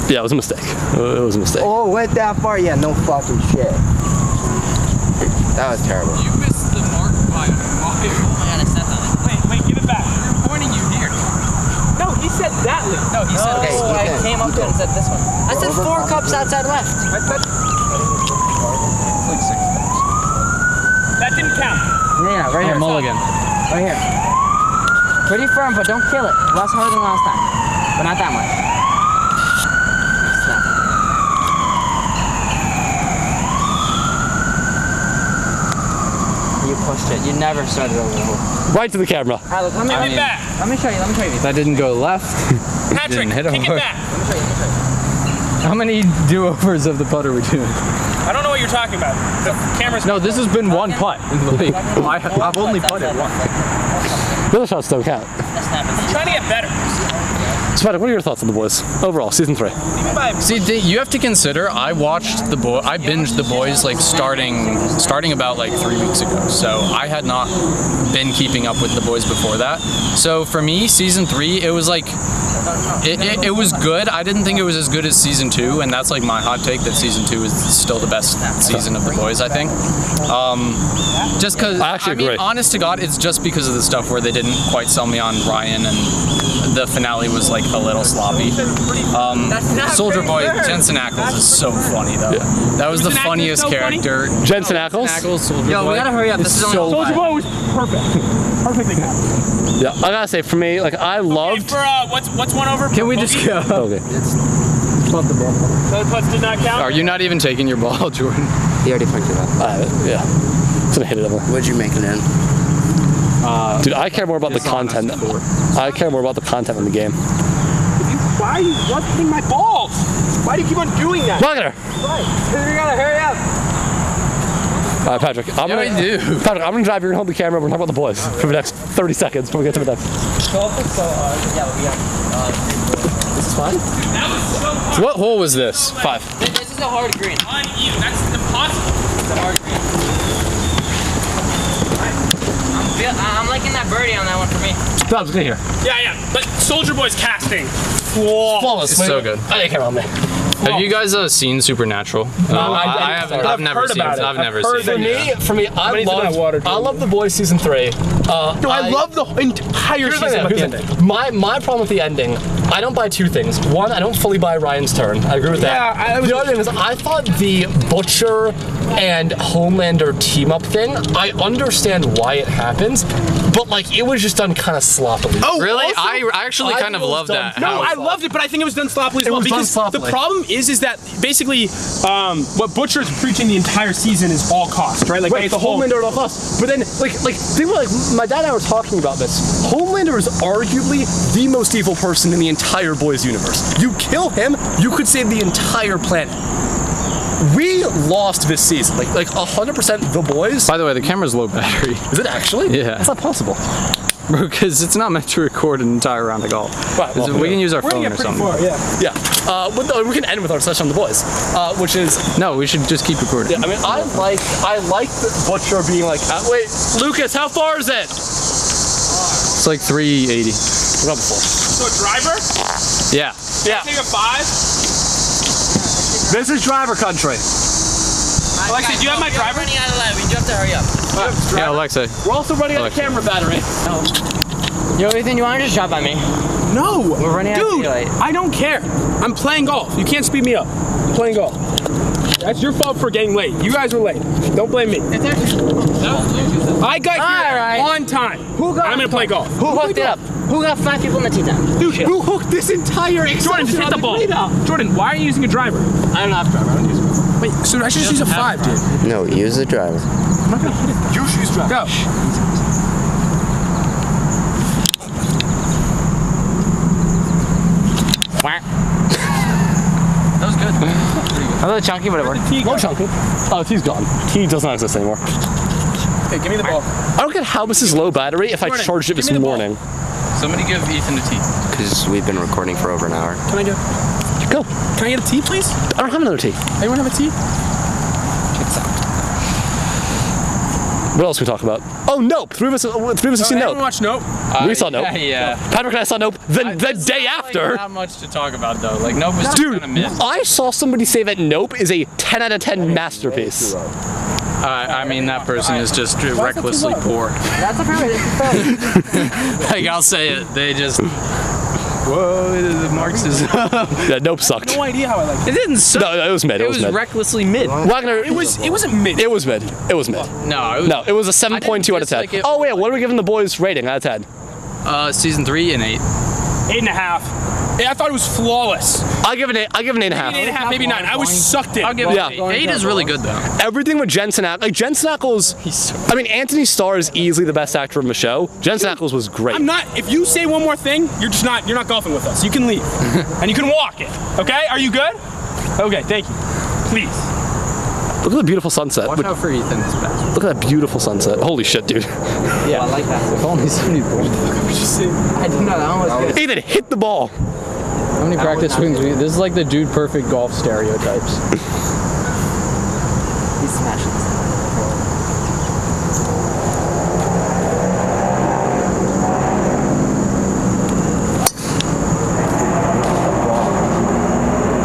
[SPEAKER 6] Yeah, it was a mistake. Uh, It was a mistake.
[SPEAKER 12] Oh, went that far? Yeah, no fucking shit. That was terrible.
[SPEAKER 11] You missed the mark by a mile.
[SPEAKER 3] I gotta set that.
[SPEAKER 2] Wait, wait, give it back.
[SPEAKER 11] I'm pointing you here.
[SPEAKER 2] No, he said that link.
[SPEAKER 11] No, he said.
[SPEAKER 12] Okay,
[SPEAKER 3] Oh, I
[SPEAKER 12] Ethan,
[SPEAKER 3] came up to it and said this one. I said four cups outside left.
[SPEAKER 11] I said. It's like six.
[SPEAKER 2] That didn't count.
[SPEAKER 3] Yeah, right
[SPEAKER 1] Oh, Mulligan.
[SPEAKER 3] Right here. Pretty firm, but don't kill it. Less hard than last time. But not that much. Snap. You pushed it. You never started over the hole.
[SPEAKER 6] Right to the camera.
[SPEAKER 3] Alright, look, let me,
[SPEAKER 2] Give
[SPEAKER 3] let
[SPEAKER 2] it
[SPEAKER 3] me,
[SPEAKER 2] back.
[SPEAKER 3] let me show you. Let me show you.
[SPEAKER 1] That didn't go left.
[SPEAKER 2] Patrick,
[SPEAKER 1] didn't hit him
[SPEAKER 2] kick it
[SPEAKER 1] hard.
[SPEAKER 2] back.
[SPEAKER 1] How many do overs of the putter we doing?
[SPEAKER 2] I don't know what you're talking about. The camera's
[SPEAKER 1] No, this has been one [LAUGHS] putt in the league.
[SPEAKER 11] I, I've only putted once.
[SPEAKER 6] The other shots don't count.
[SPEAKER 2] trying to get better.
[SPEAKER 6] So, Patrick, what are your thoughts on the boys overall, season three?
[SPEAKER 2] Even by
[SPEAKER 1] See, the, you have to consider. I watched the boy. I binged the boys like starting starting about like three weeks ago. So I had not been keeping up with the boys before that. So for me, season three, it was like it, it, it was good. I didn't think it was as good as season two, and that's like my hot take that season two is still the best season of the boys. I think. Um, just because
[SPEAKER 6] I actually
[SPEAKER 1] mean,
[SPEAKER 6] agree.
[SPEAKER 1] honest to God, it's just because of the stuff where they didn't quite sell me on Ryan and the finale was like a little sloppy. Soldier Boy Jensen Ackles is so funny though. That was the
[SPEAKER 2] Ackles
[SPEAKER 1] funniest
[SPEAKER 2] so funny?
[SPEAKER 1] character.
[SPEAKER 6] Jensen Ackles?
[SPEAKER 1] Ackles, Soldier
[SPEAKER 3] Yo,
[SPEAKER 1] Boy.
[SPEAKER 3] we gotta hurry up. This is only
[SPEAKER 2] Soldier Boy was perfect. Perfectly good.
[SPEAKER 6] Yeah, I gotta say, for me, like, I
[SPEAKER 2] Okay,
[SPEAKER 6] loved.
[SPEAKER 2] for uh, what's what's one over?
[SPEAKER 1] Can we just go?
[SPEAKER 6] Okay.
[SPEAKER 2] Those putts did not count.
[SPEAKER 1] Are you not even taking your ball, [LAUGHS] Jordan?
[SPEAKER 12] He already punked it up.
[SPEAKER 6] Uh, yeah. It's gonna hit it over.
[SPEAKER 12] What'd you make it in?
[SPEAKER 6] Dude, I care more about the content. I care more about the content in the game.
[SPEAKER 2] Why are you rubbing my balls? Why do you keep on doing that?
[SPEAKER 6] Look at her.
[SPEAKER 2] We gotta hurry up.
[SPEAKER 6] All right, Uh, Patrick. I'm
[SPEAKER 1] Yeah,
[SPEAKER 6] gonna,
[SPEAKER 1] we do.
[SPEAKER 6] Patrick, I'm gonna drive. You're gonna hold the camera. We're gonna talk about the boys for the next 30 seconds before we get to the next. This is fine.
[SPEAKER 2] That was so hard.
[SPEAKER 1] What hole was this? Five.
[SPEAKER 3] This is a hard green.
[SPEAKER 2] uneven. That's impossible.
[SPEAKER 3] Feel- I- I'm liking that birdie on that one for me.
[SPEAKER 6] Dobbs, get here.
[SPEAKER 2] Yeah, yeah. But Soldier Boy's casting. Whoa.
[SPEAKER 6] Flawless.
[SPEAKER 1] It's so good.
[SPEAKER 6] I didn't care about me.
[SPEAKER 1] Have you guys uh, seen Supernatural? No,
[SPEAKER 6] I-
[SPEAKER 1] I,
[SPEAKER 6] I-
[SPEAKER 1] have.
[SPEAKER 6] I've
[SPEAKER 1] I've, never
[SPEAKER 2] heard
[SPEAKER 1] seen.
[SPEAKER 2] about
[SPEAKER 1] it.
[SPEAKER 2] it.
[SPEAKER 1] I've
[SPEAKER 2] I've
[SPEAKER 1] never
[SPEAKER 2] heard
[SPEAKER 6] For
[SPEAKER 1] seen. it.
[SPEAKER 6] me, for me, I
[SPEAKER 2] need some of
[SPEAKER 6] love
[SPEAKER 2] that water,
[SPEAKER 6] I love the boys season three. Uh,
[SPEAKER 2] Dude, I love the entire
[SPEAKER 6] Here's my,
[SPEAKER 2] season, but
[SPEAKER 6] thing,
[SPEAKER 2] the
[SPEAKER 6] here's my
[SPEAKER 2] ending.
[SPEAKER 6] thing. my my problem with the ending. I don't buy two things. One, I don't fully buy Ryan's turn. I agree with that.
[SPEAKER 2] Yeah, I- I was-
[SPEAKER 6] the other thing is I thought the butcher and Homelander team up thing, I understand why it happens, but like it was just done kind of sloppily.
[SPEAKER 1] Oh, really? I, I actually kind of love that.
[SPEAKER 2] No,
[SPEAKER 1] how-
[SPEAKER 2] I loved it, but I think it was done sloppily as
[SPEAKER 6] It
[SPEAKER 2] well.
[SPEAKER 6] was done
[SPEAKER 2] because the
[SPEAKER 6] sloppily.
[SPEAKER 2] problem is, is that basically um, what Butcher's preaching the entire season is all cost, right? Like
[SPEAKER 6] Right,
[SPEAKER 2] it's
[SPEAKER 6] the
[SPEAKER 2] a whole.
[SPEAKER 6] Homelander at all costs. But then, like, like they were like, my dad and I were talking about this. Homelander is arguably the most evil person in the entire boys universe. You kill him, you could save the entire planet. We lost this season, like, like 100% the boys.
[SPEAKER 1] By the way, the camera's low battery. [LAUGHS]
[SPEAKER 6] Is it actually?
[SPEAKER 1] Yeah.
[SPEAKER 6] That's not possible.
[SPEAKER 1] Bro, because it's not meant to record an entire round of golf.
[SPEAKER 6] Right, well,
[SPEAKER 1] we can use our
[SPEAKER 2] We're
[SPEAKER 1] phone
[SPEAKER 2] gonna
[SPEAKER 1] or
[SPEAKER 2] get pretty
[SPEAKER 1] something.
[SPEAKER 2] far, yeah.
[SPEAKER 6] Yeah. Uh, but, uh, we can end with our session on the boys, uh, which is
[SPEAKER 1] No, we should just keep recording.
[SPEAKER 6] Yeah, I mean, I like I like the butcher being like, uh, wait, Lucas, how far is it?
[SPEAKER 1] It's like 380.
[SPEAKER 6] What about before?
[SPEAKER 2] So driver,
[SPEAKER 1] Yeah.
[SPEAKER 2] take a five.
[SPEAKER 6] This is driver country.
[SPEAKER 2] Alexi, do you have my driver?
[SPEAKER 3] Running out of line. We do have to hurry up.
[SPEAKER 1] Yeah, Alexa.
[SPEAKER 6] We're also running out of
[SPEAKER 1] Alexa.
[SPEAKER 6] camera battery.
[SPEAKER 3] Yo, Ethan, you want to just drop by me?
[SPEAKER 2] No, we're
[SPEAKER 3] running out of
[SPEAKER 2] dude.
[SPEAKER 3] daylight.
[SPEAKER 2] I don't care. I'm playing golf. You can't speed me up. I'm playing golf. That's your fault for getting late. You guys were late. Don't blame me. I got here
[SPEAKER 3] All right.
[SPEAKER 2] on time. Who
[SPEAKER 3] got
[SPEAKER 2] I'm gonna play golf.
[SPEAKER 3] Who hooked it up? Who got five people in the tee time?
[SPEAKER 2] Dude, who hooked this entire Jordan, just hit the ball. Jordan, why are you using a driver?
[SPEAKER 3] I don't know. I've driver. I don't use one.
[SPEAKER 2] Wait, so I should just use a five, dude.
[SPEAKER 4] No, use the driver.
[SPEAKER 2] You should use driver. Go.
[SPEAKER 3] That was good. A little chunky, but it worked.
[SPEAKER 6] Go, Chunky. Oh, he's gone. He does not exist anymore.
[SPEAKER 2] Okay, give me the ball.
[SPEAKER 6] I don't get how this is low battery if I
[SPEAKER 2] Jordan,
[SPEAKER 6] charged it
[SPEAKER 2] give
[SPEAKER 6] this
[SPEAKER 2] me the ball.
[SPEAKER 6] morning.
[SPEAKER 1] Somebody give Ethan a tea.
[SPEAKER 4] Because we've been recording for over an hour.
[SPEAKER 2] Can I go?
[SPEAKER 6] Go.
[SPEAKER 2] Can I get a tea, please?
[SPEAKER 6] I don't have another tea.
[SPEAKER 2] Anyone have a tea?
[SPEAKER 6] What else we talk about? Oh, nope. Three of us. uh, Three of us have seen
[SPEAKER 2] Anyone
[SPEAKER 6] nope.
[SPEAKER 2] watch Nope?
[SPEAKER 6] we saw nope.
[SPEAKER 1] Uh, Yeah.
[SPEAKER 6] Patrick and I saw nope. The, the
[SPEAKER 1] It's
[SPEAKER 6] day
[SPEAKER 1] not, like, uh,
[SPEAKER 6] after.
[SPEAKER 1] not much to talk about though. Like nope was
[SPEAKER 6] Dude,
[SPEAKER 1] kind of missed.
[SPEAKER 6] I saw somebody say that Nope is a 10 out of 10 masterpiece.
[SPEAKER 1] I I mean, that person is just recklessly poor. [LAUGHS]
[SPEAKER 3] That's apparently
[SPEAKER 1] Like I'll say it, they just. Whoa, [LAUGHS] it is Marxism.
[SPEAKER 6] Yeah, Nope sucked.
[SPEAKER 2] No idea how I like
[SPEAKER 1] It didn't suck.
[SPEAKER 6] No, no, it was mid. It,
[SPEAKER 1] it
[SPEAKER 6] was,
[SPEAKER 1] was
[SPEAKER 6] mid.
[SPEAKER 1] recklessly mid.
[SPEAKER 6] Wagner. It was.
[SPEAKER 2] it. It wasn't mid.
[SPEAKER 6] It was mid. It was mid.
[SPEAKER 1] No, it was,
[SPEAKER 6] No, it was a 7.2 out of 10.
[SPEAKER 1] dislike it.
[SPEAKER 6] oh, yeah, what are we giving the boys rating out of 10?
[SPEAKER 1] Uh, season three and eight.
[SPEAKER 2] Eight and a half. Yeah, I thought it was flawless.
[SPEAKER 6] I give it an I give it an 8.5.
[SPEAKER 2] Eight and a half, maybe nine. I was sucked in.
[SPEAKER 1] I'll give
[SPEAKER 6] Yeah.
[SPEAKER 1] it eight. Eight is really good though.
[SPEAKER 6] Everything with Jensen Ackles. Like, Jensen Ackles. I mean, Anthony Starr is easily the best actor in the show. Jensen Ackles was great.
[SPEAKER 2] I'm not. If you say one more thing, you're just not. You're not golfing with us. You can
[SPEAKER 6] [LAUGHS]
[SPEAKER 2] leave, and you can walk it. Okay? Are you good? Okay. Thank you. Please.
[SPEAKER 6] Look at the beautiful sunset.
[SPEAKER 1] Watch out for Ethan's back.
[SPEAKER 6] Look at that beautiful sunset. Holy
[SPEAKER 2] [LAUGHS]
[SPEAKER 6] shit, dude.
[SPEAKER 3] I like that.
[SPEAKER 1] Only so many [LAUGHS] How
[SPEAKER 3] I didn't know that one was good.
[SPEAKER 6] Ethan, hit the ball.
[SPEAKER 1] many practice swings? We, this is like the dude perfect golf stereotypes.
[SPEAKER 3] He's smashing this.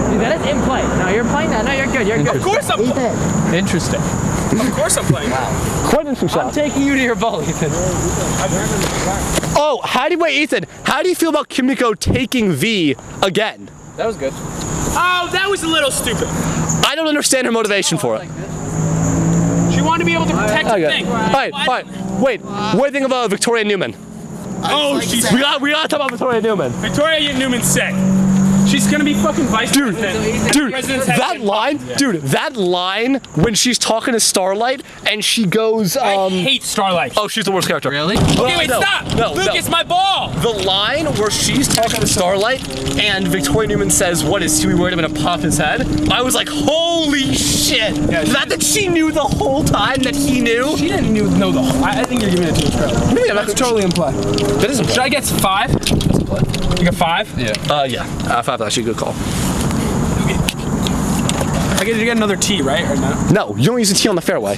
[SPEAKER 3] Dude, that is in play. No, you're playing that. No, you're good. You're
[SPEAKER 2] Of
[SPEAKER 3] good.
[SPEAKER 2] course I'm.
[SPEAKER 1] Interesting.
[SPEAKER 2] Of course I'm playing.
[SPEAKER 6] Quite an interesting
[SPEAKER 3] I'm
[SPEAKER 6] shot.
[SPEAKER 3] taking you to your bowl, Ethan.
[SPEAKER 6] Oh, how do you, wait, Ethan, how do you feel about Kimiko taking V again?
[SPEAKER 3] That was good.
[SPEAKER 2] Oh, that was a little stupid.
[SPEAKER 6] I don't understand her motivation for it.
[SPEAKER 2] She wanted to be able to protect her
[SPEAKER 6] Okay.
[SPEAKER 2] thing.
[SPEAKER 6] All right, all right. Wait, what do you think about Victoria Newman?
[SPEAKER 2] Oh, she's
[SPEAKER 6] We got, we got to talk about Victoria Newman.
[SPEAKER 2] Victoria Newman's sick. She's gonna be fucking vice
[SPEAKER 6] Dude,
[SPEAKER 2] president.
[SPEAKER 6] Dude,
[SPEAKER 2] President's
[SPEAKER 6] that
[SPEAKER 2] husband.
[SPEAKER 6] line, dude, that line when she's talking to Starlight and she goes,
[SPEAKER 2] I
[SPEAKER 6] um,
[SPEAKER 2] hate Starlight.
[SPEAKER 6] oh, she's the worst character. Oh,
[SPEAKER 1] Really?
[SPEAKER 2] okay, wait,
[SPEAKER 6] no,
[SPEAKER 2] stop.
[SPEAKER 6] no,
[SPEAKER 2] Luke,
[SPEAKER 6] no.
[SPEAKER 2] it's my ball.
[SPEAKER 6] The line where she's talking to Starlight and Victoria Newman says, "What is Huey worried? I'm gonna pop his head." I was like, "Holy shit!"
[SPEAKER 2] she-
[SPEAKER 6] Not that she knew the whole time that he knew.
[SPEAKER 2] She didn't knew, know the whole. I, I think you're giving it too much credit.
[SPEAKER 6] Maybe I'm not-
[SPEAKER 2] totally implied.
[SPEAKER 6] That isn't.
[SPEAKER 2] Should I get five? You got five? Yeah.
[SPEAKER 6] Uh, yeah, uh, five. Actually, good call.
[SPEAKER 2] I get you get another T, right? Or no?
[SPEAKER 6] No, you don't use a T on the [LAUGHS] fairway.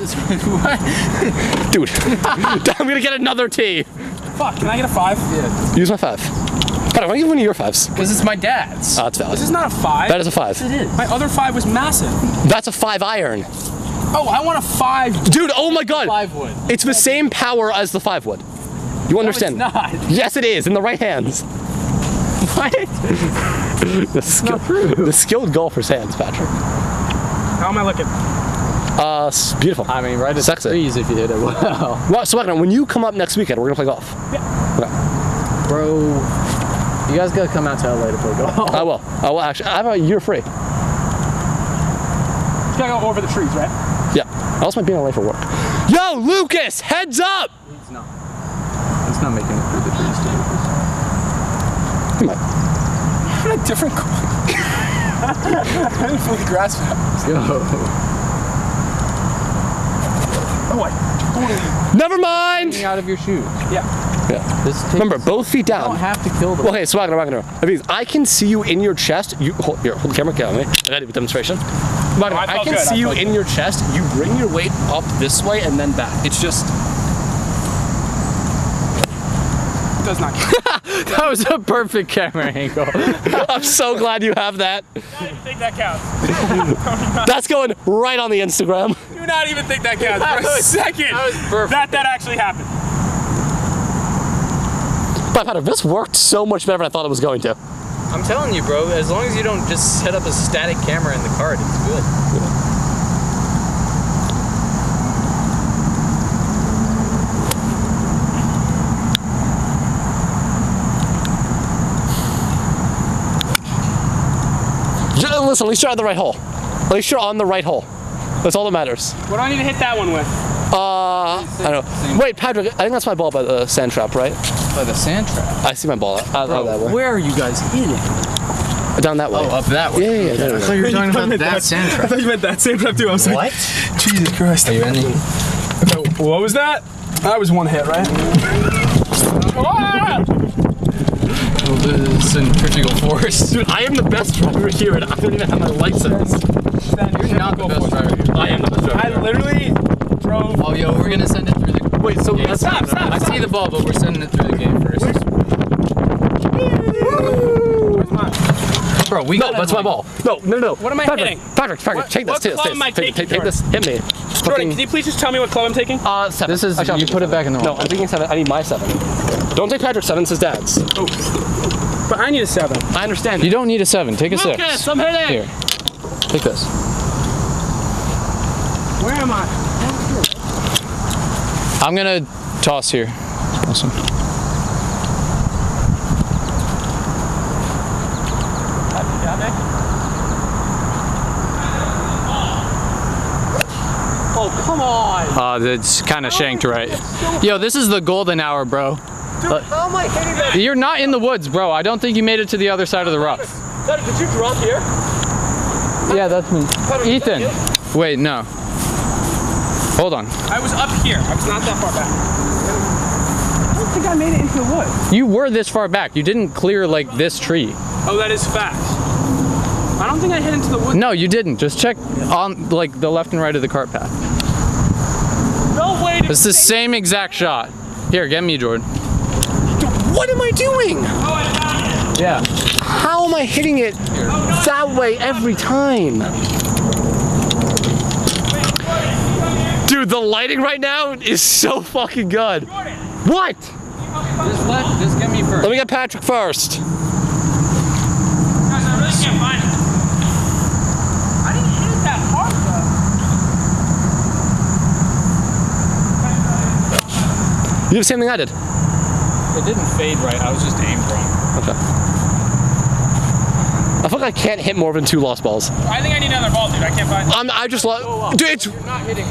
[SPEAKER 6] Dude, [LAUGHS] I'm gonna get another T.
[SPEAKER 2] Fuck, can I get a five? Yeah.
[SPEAKER 6] Use my five. But I want to give one of your fives. Uh,
[SPEAKER 1] Because it's my dad's.
[SPEAKER 6] that's
[SPEAKER 2] Oh, This
[SPEAKER 6] valid.
[SPEAKER 2] is not a five.
[SPEAKER 6] That is a five.
[SPEAKER 2] My other five was massive.
[SPEAKER 6] That's a five iron.
[SPEAKER 2] Oh, I want a five.
[SPEAKER 6] Dude, oh my god.
[SPEAKER 1] Five wood.
[SPEAKER 6] It's the same power as the five wood. You understand?
[SPEAKER 2] No, it's not.
[SPEAKER 6] Yes, it is, in the right hands. [LAUGHS] What? the, skill, the skilled golfer's hands, Patrick.
[SPEAKER 2] How am I looking?
[SPEAKER 6] Uh, s- beautiful.
[SPEAKER 2] Ah.
[SPEAKER 1] I mean, right at
[SPEAKER 6] Sexy.
[SPEAKER 1] the trees if you hit it well.
[SPEAKER 6] Well, so Wagner, when you come up next weekend, we're gonna play golf.
[SPEAKER 1] Bro, you guys gotta come out to LA to play golf.
[SPEAKER 2] Oh.
[SPEAKER 6] I will. I will actually. I'm a year free.
[SPEAKER 2] You gotta go over the trees, right?
[SPEAKER 6] Yeah. I also might be in LA for work. Yo, Lucas, heads up.
[SPEAKER 1] It's not. [LAUGHS] It's not making it through the trees, dude.
[SPEAKER 6] He might.
[SPEAKER 2] What a different. co- I didn't fully grasp that.
[SPEAKER 1] Let's go.
[SPEAKER 2] Oh, I totally.
[SPEAKER 6] Never mind.
[SPEAKER 1] Getting out of your shoes.
[SPEAKER 2] Yeah.
[SPEAKER 1] This takes,
[SPEAKER 6] Remember, both feet
[SPEAKER 1] you don't
[SPEAKER 6] down.
[SPEAKER 1] have to kill them.
[SPEAKER 6] Okay, so Wagner, Wagner. That means I can see you in your chest. You hold here. Hold the camera. Get on me. I gotta do a demonstration. Wagner,
[SPEAKER 2] Oh, I
[SPEAKER 6] I,
[SPEAKER 2] felt
[SPEAKER 6] can
[SPEAKER 2] good, I
[SPEAKER 6] see you
[SPEAKER 2] felt
[SPEAKER 6] in your chest. You bring your weight up this way and then back. It's
[SPEAKER 2] [LAUGHS]
[SPEAKER 6] just
[SPEAKER 2] Does not.
[SPEAKER 1] That was a perfect
[SPEAKER 2] [LAUGHS]
[SPEAKER 1] camera angle.
[SPEAKER 6] I'm so glad you have that.
[SPEAKER 2] I don't even think that counts. [LAUGHS]
[SPEAKER 6] [LAUGHS] That's going right on the Instagram.
[SPEAKER 2] Do not even think that
[SPEAKER 1] [LAUGHS]
[SPEAKER 2] counts for a second.
[SPEAKER 1] that was perfect.
[SPEAKER 2] That that actually happened.
[SPEAKER 6] But Hunter, this worked so much better than I thought it was going to.
[SPEAKER 1] I'm telling you, bro, as long as you don't just set up a static camera in the cart, it's good.
[SPEAKER 6] J- uh, Listen, at least you're on the right hole. At least you're on the right hole. That's all that matters.
[SPEAKER 2] What do I need to hit that one with?
[SPEAKER 6] Uh, I don't know. Wait, Patrick, I think that's my ball by the sand trap, right?
[SPEAKER 1] By the sand trap.
[SPEAKER 6] I see my ball. Out, out that way.
[SPEAKER 1] Where are you guys hitting?
[SPEAKER 6] Down Oh, that way.
[SPEAKER 1] up that
[SPEAKER 6] yeah, yeah, yeah. there we go.
[SPEAKER 13] thought
[SPEAKER 1] [LAUGHS]
[SPEAKER 13] you were talking about that
[SPEAKER 2] [LAUGHS]
[SPEAKER 13] sand trap.
[SPEAKER 2] thought you meant that same trap too. I was
[SPEAKER 13] What?
[SPEAKER 2] Jesus Christ. Oh,
[SPEAKER 13] Are you ending?
[SPEAKER 2] What was that? That was one hit, right? Ah!
[SPEAKER 1] centrifugal
[SPEAKER 2] [LAUGHS]
[SPEAKER 1] force.
[SPEAKER 6] Dude, I am the best driver here, and I don't even have my license.
[SPEAKER 1] You're not the best driver.
[SPEAKER 6] I am the best
[SPEAKER 2] I
[SPEAKER 6] driver.
[SPEAKER 2] literally drove.
[SPEAKER 1] Oh, yo, we're gonna send it through the.
[SPEAKER 6] Wait, so
[SPEAKER 1] Yeah,
[SPEAKER 6] let's
[SPEAKER 1] stop, stop, I see the ball, but we're sending it through the game first. Bro, we
[SPEAKER 6] No,
[SPEAKER 1] got
[SPEAKER 6] that's my ball. No, no, no. What
[SPEAKER 2] am I
[SPEAKER 6] Patrick,
[SPEAKER 2] hitting?
[SPEAKER 6] Patrick, Patrick,
[SPEAKER 2] What-
[SPEAKER 6] take this,
[SPEAKER 2] what
[SPEAKER 6] take this,
[SPEAKER 2] club
[SPEAKER 6] take
[SPEAKER 2] am I
[SPEAKER 6] this, take,
[SPEAKER 2] taking,
[SPEAKER 6] take, take this, hit me.
[SPEAKER 2] Jordan,
[SPEAKER 6] Fucking-
[SPEAKER 2] can you please just tell me what club I'm taking?
[SPEAKER 6] Uh, seven.
[SPEAKER 1] This is-
[SPEAKER 6] I'll
[SPEAKER 1] you
[SPEAKER 6] take
[SPEAKER 1] put it
[SPEAKER 6] seven.
[SPEAKER 1] back in the
[SPEAKER 6] No,
[SPEAKER 1] wrong
[SPEAKER 6] I'm taking seven. I need my seven. Don't take Patrick's seven. It's his dad's.
[SPEAKER 2] But I need a seven.
[SPEAKER 6] I understand.
[SPEAKER 1] You don't need a seven. Take a six.
[SPEAKER 6] Lucas, I'm hitting.
[SPEAKER 1] Here, take this.
[SPEAKER 2] Where am I?
[SPEAKER 1] I'm gonna toss here. Awesome.
[SPEAKER 2] Oh, come on.
[SPEAKER 1] Uh, that's kind of shanked right. Yo, this is the golden hour, bro.
[SPEAKER 2] Dude, how am I hitting that?
[SPEAKER 1] You're not in the woods, bro. I don't think you made it to the other side of the rock.
[SPEAKER 2] Patrick, did you drop here?
[SPEAKER 1] Yeah, that's me. Ethan. Wait, no. Hold on.
[SPEAKER 2] I was up here. I was not that far back.
[SPEAKER 1] You were this far back. You didn't clear like this tree.
[SPEAKER 2] Oh, that is fact. I don't think I hit into the woods.
[SPEAKER 1] No, you didn't. Just check on like the left and right of the cart path.
[SPEAKER 2] No way. To
[SPEAKER 1] It's the same exact shot. Here, get me, Jordan.
[SPEAKER 6] What am I doing?
[SPEAKER 2] oh, I found it.
[SPEAKER 1] Yeah.
[SPEAKER 6] How am I hitting it that way every time? Dude, the lighting right now is so fucking good. What?
[SPEAKER 1] Just let. Just get me first.
[SPEAKER 6] Let me get Patrick first.
[SPEAKER 2] Guys, I really can't find it. I didn't hit it that hard though.
[SPEAKER 6] You did the same thing I did.
[SPEAKER 1] It didn't fade right. I was just aimed wrong.
[SPEAKER 6] I feel like I can't hit more than two lost balls.
[SPEAKER 2] I think I need another ball, dude. I can't find it.
[SPEAKER 6] I'm, I just lost. Dude, it's,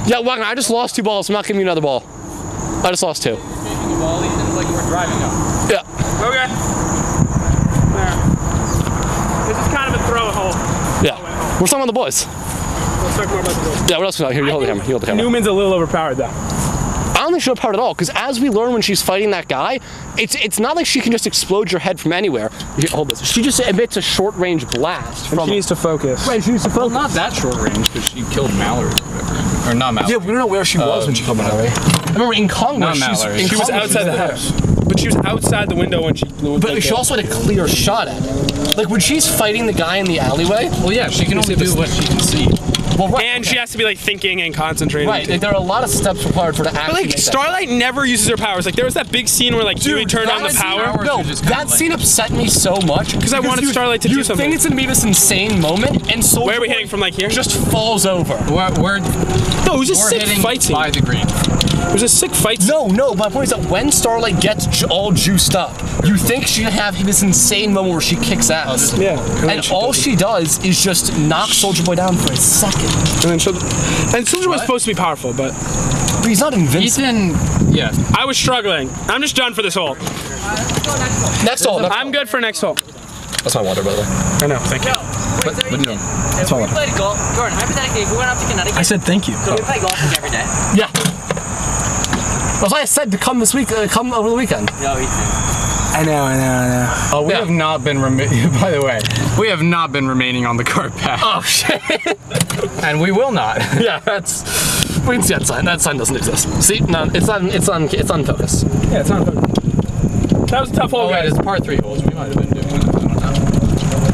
[SPEAKER 6] yeah, Wagner, I just lost two balls. I'm not giving you another ball. I just lost two.
[SPEAKER 1] The ball, Ethan, like we're driving up.
[SPEAKER 6] Yeah.
[SPEAKER 2] Okay. There. This is kind of a throw hole.
[SPEAKER 6] Yeah. We're talking about the boys.
[SPEAKER 2] Let's talk more about the goal.
[SPEAKER 6] Yeah, what else? No, here, you hold the camera. You hold the camera.
[SPEAKER 2] Newman's a little overpowered though.
[SPEAKER 6] I don't think she'll power at all because as we learn when she's fighting that guy, it's it's not like she can just explode your head from anywhere. Here, hold this. She just emits a short range blast from.
[SPEAKER 2] She needs to focus. Wait, she needs to
[SPEAKER 1] Well, not that short range because she killed Mallory or whatever. Or not Mallory.
[SPEAKER 6] we don't know where she was when she came out. I remember in Congo,
[SPEAKER 1] Not
[SPEAKER 6] she's,
[SPEAKER 1] Mallory.
[SPEAKER 6] in
[SPEAKER 1] She
[SPEAKER 2] She was
[SPEAKER 6] Congo,
[SPEAKER 2] outside the
[SPEAKER 6] she's-
[SPEAKER 2] house. But she was outside the window when she blew it.
[SPEAKER 6] But
[SPEAKER 2] like
[SPEAKER 6] she
[SPEAKER 2] that.
[SPEAKER 6] also had a clear shot at it. Like when she's fighting the guy in the alleyway,
[SPEAKER 1] Well, yeah, she can only do what she can see.
[SPEAKER 6] Well, right,
[SPEAKER 2] and
[SPEAKER 6] okay.
[SPEAKER 2] she has to be like thinking and concentrating.
[SPEAKER 6] Right,
[SPEAKER 2] too.
[SPEAKER 6] there are a lot of steps required for her to
[SPEAKER 2] But
[SPEAKER 6] actually.
[SPEAKER 2] like Starlight never uses her powers. Like there was that big scene where like Dewey turned on the power.
[SPEAKER 6] No,
[SPEAKER 1] She just kinda
[SPEAKER 6] that
[SPEAKER 1] like-
[SPEAKER 6] scene upset me so much
[SPEAKER 2] I wanted
[SPEAKER 6] you-
[SPEAKER 2] Starlight to
[SPEAKER 6] you
[SPEAKER 2] do something.
[SPEAKER 6] think it's gonna be this insane moment, and so
[SPEAKER 2] Where are we hitting from like here?
[SPEAKER 6] Just falls over.
[SPEAKER 1] We're, we're,
[SPEAKER 2] no, it was a
[SPEAKER 1] we're
[SPEAKER 2] sick
[SPEAKER 1] hitting
[SPEAKER 2] fight scene.
[SPEAKER 1] by the green.
[SPEAKER 2] It was a sick fight scene.
[SPEAKER 6] No, no. My point is that when Starlight gets ju- all juiced up, you think she'd have this insane moment where she kicks ass,
[SPEAKER 2] Yeah.
[SPEAKER 6] and all she does is just knock Soldier Boy down for a second.
[SPEAKER 2] And then she'll, and Soldier was supposed to be powerful, but
[SPEAKER 6] But he's not invincible.
[SPEAKER 1] Ethan, yeah,
[SPEAKER 2] I was struggling. I'm just done for this hole.
[SPEAKER 6] Next all, next
[SPEAKER 2] I'm good for next hole.
[SPEAKER 6] that's my water, by the way.
[SPEAKER 2] I know. Thank you.
[SPEAKER 1] but, but no.
[SPEAKER 3] If we played golf, Jordan, hypothetically, if we went up to Connecticut,
[SPEAKER 2] I said thank you.
[SPEAKER 3] could we play golf like, every day?
[SPEAKER 6] Yeah. That's why I said to come this week, uh, come over the weekend.
[SPEAKER 3] No, Ethan.
[SPEAKER 2] I know. I know. I know.
[SPEAKER 1] Oh, we have not been, remi- [LAUGHS] by the way, we have not been remaining on the cart path.
[SPEAKER 6] Oh [LAUGHS] shit.
[SPEAKER 1] And we will not.
[SPEAKER 6] yeah, that's. We can see that sign. That sign doesn't exist. See, no, it's on, it's on, it's on focus.
[SPEAKER 2] Yeah, it's not. That was a tough
[SPEAKER 1] Oh,
[SPEAKER 2] hole,
[SPEAKER 1] wait,
[SPEAKER 2] guys.
[SPEAKER 1] it's part three holes. We might have been doing it. I don't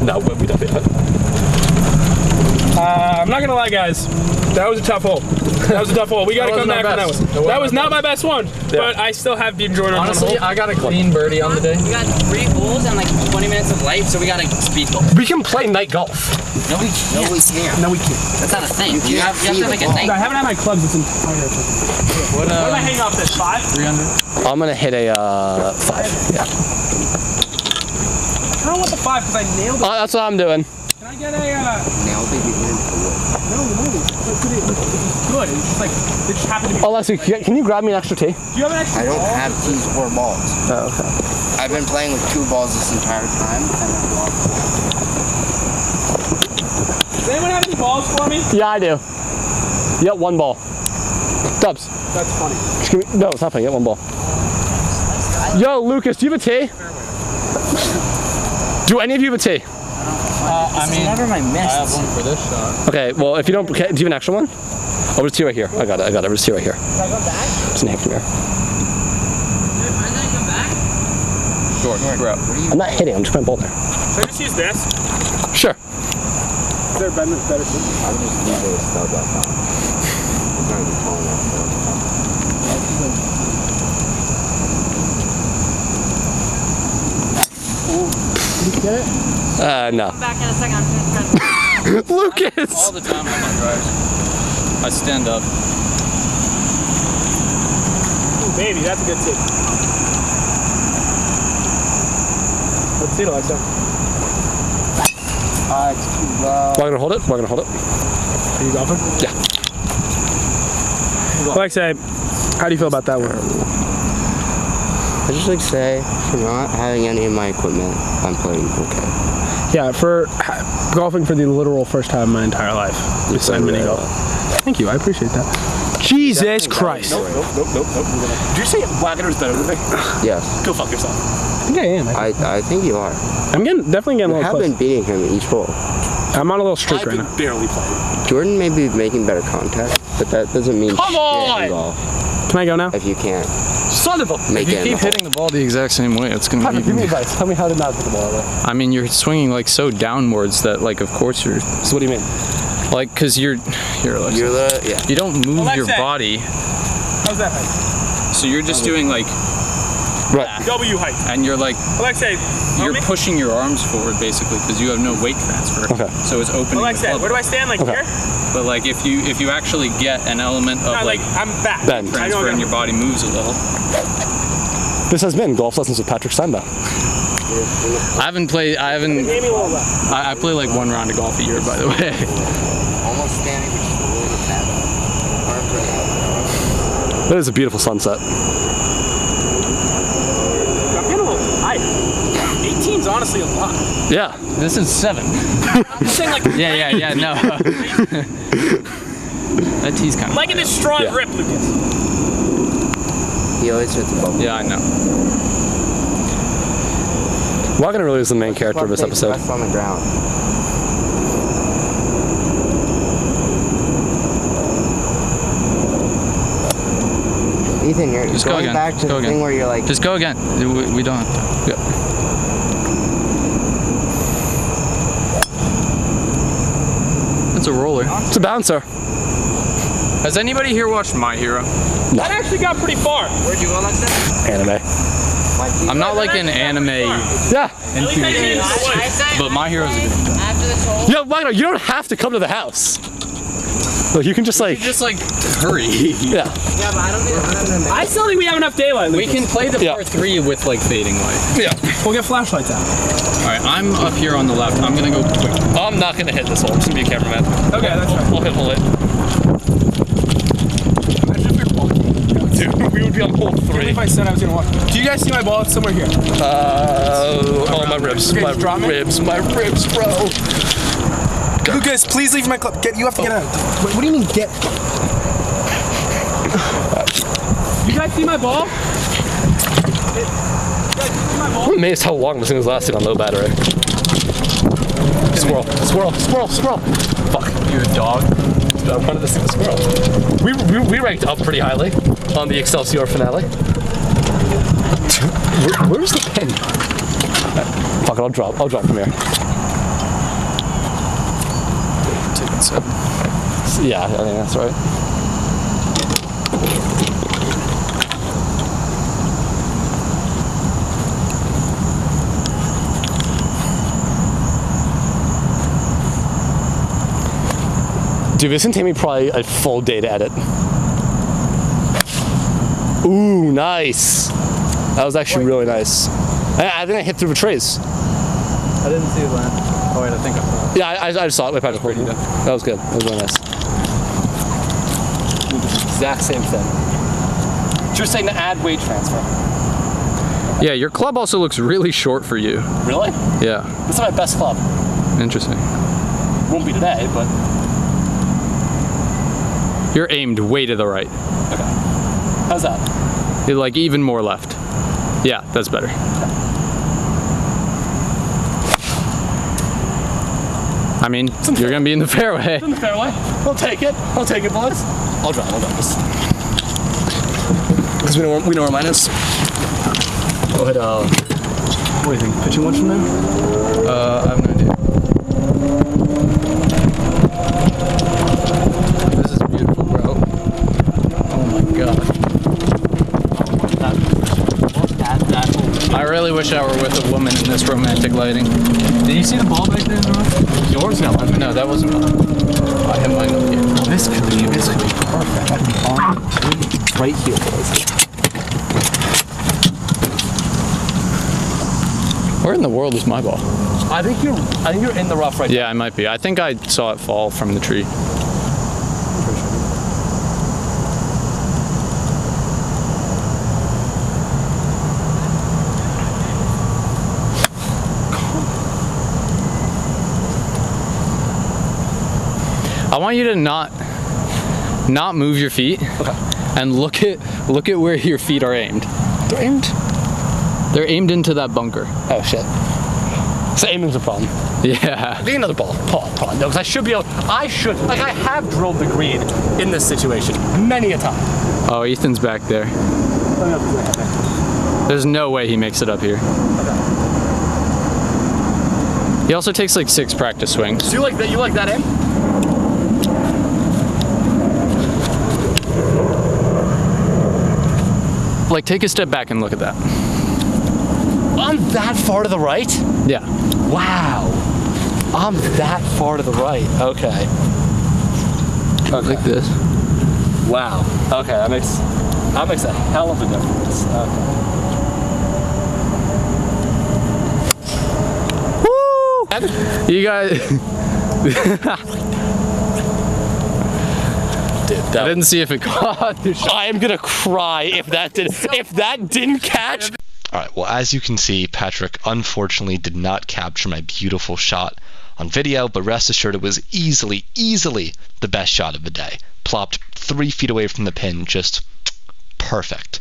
[SPEAKER 1] know.
[SPEAKER 6] No, we we don't. we don't.
[SPEAKER 2] Uh, I'm not gonna lie, guys. That was a tough hole. That was a tough hole. We gotta
[SPEAKER 1] That
[SPEAKER 2] come
[SPEAKER 1] wasn't
[SPEAKER 2] back
[SPEAKER 1] our
[SPEAKER 2] on that
[SPEAKER 1] best.
[SPEAKER 2] one.
[SPEAKER 1] That wasn't
[SPEAKER 2] That was
[SPEAKER 1] our
[SPEAKER 2] not my best one, but I still have beaten Jordan on one hole.
[SPEAKER 1] Honestly, I got a clean birdie on the day.
[SPEAKER 3] We got three holes and like 20 minutes of light, so we got to speed golf.
[SPEAKER 6] We can play night golf.
[SPEAKER 3] No, we can't.
[SPEAKER 14] No, we can't.
[SPEAKER 2] No, we can't.
[SPEAKER 3] That's not a thing. You, have, you have to make a thing.
[SPEAKER 2] I haven't had my clubs. It's in.
[SPEAKER 1] What,
[SPEAKER 2] What am I
[SPEAKER 1] uh,
[SPEAKER 2] hanging off this five?
[SPEAKER 1] 300?
[SPEAKER 6] I'm gonna hit a uh, five. Yeah.
[SPEAKER 2] I don't want the five because I nailed it.
[SPEAKER 6] Oh, that's what I'm doing.
[SPEAKER 2] Can I get a? Uh,
[SPEAKER 14] Now they be in
[SPEAKER 2] no, no. It's good. It's good. It's just like it just happened to be.
[SPEAKER 6] Oh, Leslie, can you- can you grab me an extra tea?
[SPEAKER 2] Do you have an extra
[SPEAKER 14] I don't
[SPEAKER 2] ball?
[SPEAKER 14] have tees or balls. okay. I've been playing with two balls this entire time, and I've lost one.
[SPEAKER 2] Does anyone have any balls for me?
[SPEAKER 6] Yeah, I do. Yep, one ball. Dubs.
[SPEAKER 2] That's funny.
[SPEAKER 6] Just give me, no, it's not funny. Get one ball. Yo, Lucas, do you have a tea? Do any of you have a tea?
[SPEAKER 1] I mean,
[SPEAKER 3] Never mind,
[SPEAKER 1] I
[SPEAKER 3] missed.
[SPEAKER 1] have one for this shot.
[SPEAKER 6] Okay, well, if you don't, okay, do you have an extra one? Oh, there's two right here. I got it. I got it. There's two right here. Can I go back? Just name from here.
[SPEAKER 1] Short, bro.
[SPEAKER 6] I'm not hitting. I'm just putting a ball there.
[SPEAKER 2] Should I just use this? Is
[SPEAKER 6] Sure.
[SPEAKER 2] there a better, better thing?
[SPEAKER 6] Uh, no.
[SPEAKER 3] Back in a second. I'm just trying to
[SPEAKER 6] Lucas.
[SPEAKER 1] All the time I'm on drives. I stand up.
[SPEAKER 2] Ooh, baby, that's a good tip. Let's see it, Alexa.
[SPEAKER 14] Ah, it's too low.
[SPEAKER 6] We're gonna hold it. We're gonna hold it.
[SPEAKER 2] Are you golfing? Yeah. Alexa, how do you feel about that one?
[SPEAKER 4] I just like say, for not having any of my equipment, I'm playing okay.
[SPEAKER 2] Yeah, for ha- golfing for the literal first time in my entire life. Beside mini golf. Thank you, I appreciate that. Jesus Christ.
[SPEAKER 6] Did you say Wagner's better than me?
[SPEAKER 4] Yes,
[SPEAKER 6] Go fuck yourself.
[SPEAKER 2] I think I am. I-
[SPEAKER 4] I, I think you are.
[SPEAKER 2] I'm getting definitely getting a
[SPEAKER 4] I
[SPEAKER 2] little
[SPEAKER 4] have
[SPEAKER 2] close.
[SPEAKER 4] been beating him each hole.
[SPEAKER 2] I'm on a little streak right now.
[SPEAKER 6] barely playing.
[SPEAKER 4] Jordan may be making better contact, but that doesn't mean
[SPEAKER 6] Come
[SPEAKER 4] shit
[SPEAKER 6] on!
[SPEAKER 4] in golf
[SPEAKER 2] Can I go now?
[SPEAKER 4] if you can't
[SPEAKER 6] Son of a.
[SPEAKER 4] make
[SPEAKER 1] If you keep
[SPEAKER 4] it. in the hole.
[SPEAKER 1] hitting the ball the exact same way, it's gonna
[SPEAKER 6] Patrick,
[SPEAKER 1] be.
[SPEAKER 6] give me advice. Tell me how to not hit the ball that way.
[SPEAKER 1] I mean, you're swinging like so downwards that, like, of course you're
[SPEAKER 6] So what do you mean?
[SPEAKER 1] like, cause you're here. Alexa.
[SPEAKER 4] You're the yeah.
[SPEAKER 1] you don't move your
[SPEAKER 2] Alexa.
[SPEAKER 1] body,
[SPEAKER 2] How's that height?
[SPEAKER 1] so you're just doing like,
[SPEAKER 2] W height.
[SPEAKER 1] and you're like,
[SPEAKER 2] Alexei,
[SPEAKER 1] you're
[SPEAKER 2] help me.
[SPEAKER 1] pushing your arms forward basically, cause you have no weight transfer.
[SPEAKER 6] Okay.
[SPEAKER 1] So it's opening. the
[SPEAKER 2] Alexei,
[SPEAKER 1] club.
[SPEAKER 2] where do I stand? Like here?
[SPEAKER 1] But like, if you if you actually get an element of
[SPEAKER 2] No, like,
[SPEAKER 1] like,
[SPEAKER 2] I'm back.
[SPEAKER 6] Bend.
[SPEAKER 2] I know
[SPEAKER 1] transfer and
[SPEAKER 2] I'm
[SPEAKER 1] your body moves a little.
[SPEAKER 6] This has been golf lessons with Patrick Steinbach.
[SPEAKER 1] I haven't played. I haven't.
[SPEAKER 2] Amy Lola.
[SPEAKER 1] I, I play like one round of golf a year, by the way.
[SPEAKER 14] Almost standing, which is a little bit bad. Arms are out.
[SPEAKER 6] That is a beautiful sunset.
[SPEAKER 2] I'm getting a little high. 18's honestly a lot.
[SPEAKER 6] Yeah.
[SPEAKER 1] This is
[SPEAKER 6] [LAUGHS]
[SPEAKER 1] seven.
[SPEAKER 2] I'm saying like
[SPEAKER 1] Yeah, yeah, yeah. No. [LAUGHS] that tee's kind of.
[SPEAKER 2] like in this strong
[SPEAKER 6] Yeah.
[SPEAKER 2] grip, Lucas.
[SPEAKER 4] He always hits the ball.
[SPEAKER 1] Yeah, I know.
[SPEAKER 6] Wagner really is the main character of this
[SPEAKER 4] Fuck, they
[SPEAKER 6] episode.
[SPEAKER 4] press on the ground. Ethan, you're
[SPEAKER 1] Just go
[SPEAKER 4] going
[SPEAKER 1] again.
[SPEAKER 4] back to
[SPEAKER 1] Just go
[SPEAKER 4] the
[SPEAKER 1] again.
[SPEAKER 4] thing where you're like,
[SPEAKER 1] Just go again. We, we don't. That's It's a roller.
[SPEAKER 6] It's a bouncer.
[SPEAKER 1] Has anybody here watched My Hero?
[SPEAKER 2] That actually got pretty far.
[SPEAKER 15] Where'd you go like that?
[SPEAKER 6] Anime.
[SPEAKER 1] I'm not like an anime
[SPEAKER 6] Yeah.
[SPEAKER 2] At least I didn't hit the woods.
[SPEAKER 1] But My Hero's a good
[SPEAKER 3] After this whole
[SPEAKER 6] Yeah, Wagner, you don't have to come to the house. Look, you can just like,
[SPEAKER 1] Just like [LAUGHS] hurry.
[SPEAKER 15] Yeah,
[SPEAKER 6] yeah.
[SPEAKER 15] but I don't think I don't know.
[SPEAKER 2] I still think we have enough daylight.
[SPEAKER 1] We can play the
[SPEAKER 6] Yeah.
[SPEAKER 1] part three with like fading light.
[SPEAKER 2] We'll get flashlights out.
[SPEAKER 1] All right, I'm up here on the left. I'm gonna go quick.
[SPEAKER 16] I'm not gonna hit this hole. I'm just gonna be a cameraman.
[SPEAKER 2] Okay, that's right.
[SPEAKER 16] I'll hit hole it. Dude, we would be on hole three.
[SPEAKER 2] If I said I was gonna walk. Do you guys see my ball? It's somewhere here.
[SPEAKER 16] Uh, oh, my ribs,
[SPEAKER 2] Okay,
[SPEAKER 16] my
[SPEAKER 2] just drop it.
[SPEAKER 16] ribs, my ribs, bro.
[SPEAKER 2] Lucas, please leave my club. Get you have to get out. Wait, what do you mean get? You guys see my ball?
[SPEAKER 6] I'm amazed how long this thing has lasted on low battery. Squirrel, squirrel, squirrel, squirrel. Fuck. You a dog? Dude, I wanted to see the squirrel. We, we, we ranked up pretty highly on the Excelsior finale. [LAUGHS] Where, where's the pin? Fuck it, I'll drop. I'll drop from here. Yeah, I think that's right. Dude, this can take me probably a full day to edit. Ooh, nice. That was actually really nice. I, I think I hit through the trees.
[SPEAKER 17] I didn't see that. Oh wait, I think I saw.
[SPEAKER 6] Yeah, I, I, I just saw it. Wait, Patrick, hold on. That was good. That was really nice. Exact same thing. Just saying to add weight transfer.
[SPEAKER 1] Yeah, your club also looks really short for you.
[SPEAKER 6] Really?
[SPEAKER 1] Yeah,
[SPEAKER 6] This is my best club.
[SPEAKER 1] interesting.
[SPEAKER 6] Won't be today, but
[SPEAKER 1] You're aimed way to the right.
[SPEAKER 6] how's that?
[SPEAKER 1] You're, like even more left. Yeah, that's better. I mean, you're gonna be in the [LAUGHS] fairway.
[SPEAKER 6] In the fairway. I'll take it. I'll take it, boys. I'll drive. I'll drive this.
[SPEAKER 16] Because we know where, we know where mine is.
[SPEAKER 6] But uh,
[SPEAKER 16] What do you think? Pitching one from there?
[SPEAKER 1] Uh, I have no idea. This is beautiful, bro. Oh my god.
[SPEAKER 3] that, that whole
[SPEAKER 1] I really wish I were with a woman in this romantic lighting.
[SPEAKER 17] Did you see the ball back there? Noah? Yours got left.
[SPEAKER 1] No, that wasn't mine. I had mine up here.
[SPEAKER 17] This could be. This could be perfect. That'd be on right here.
[SPEAKER 1] Where in the world is my ball?
[SPEAKER 6] I think you're. I think you're in the rough right
[SPEAKER 1] Yeah, I might be. I think I saw it fall from the tree. I want you to not not move your feet and look at look at where your feet are aimed.
[SPEAKER 6] now. They're aimed.
[SPEAKER 1] They're aimed into that bunker. [LAUGHS]
[SPEAKER 6] Oh shit. So aiming's a problem.
[SPEAKER 1] Yeah.
[SPEAKER 6] Get another ball. Paul, Paul. No, because I should be able. I should. Like I have drilled the green in this situation many a time.
[SPEAKER 1] Oh, Ethan's back there. There's no way he makes it up here. He also takes like six practice swings.
[SPEAKER 6] Do you like that? You like that aim?
[SPEAKER 1] Like, take a step back and look at that.
[SPEAKER 6] I'm that far to the right.
[SPEAKER 1] Yeah.
[SPEAKER 6] Wow. I'm that far to the right. Okay.
[SPEAKER 1] Like this.
[SPEAKER 6] Wow. Okay, that makes that makes a hell of a difference. Okay.
[SPEAKER 1] You guys, [LAUGHS]
[SPEAKER 6] Dude,
[SPEAKER 1] I
[SPEAKER 6] that
[SPEAKER 1] didn't see if it [LAUGHS] caught.
[SPEAKER 6] I am gonna cry if that did if that didn't catch.
[SPEAKER 18] All right, well, as you can see, Patrick unfortunately did not capture my beautiful shot on video, but rest assured it was easily, easily the best shot of the day. Plopped three feet away from the pin, just perfect.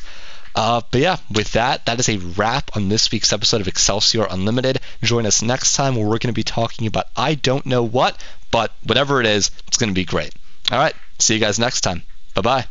[SPEAKER 18] Uh, but yeah, with that, that is a wrap on this week's episode of Excelsior Unlimited. Join us next time where we're going to be talking about I don't know what, but whatever it is, it's going to be great. All right, see you guys next time. Bye bye.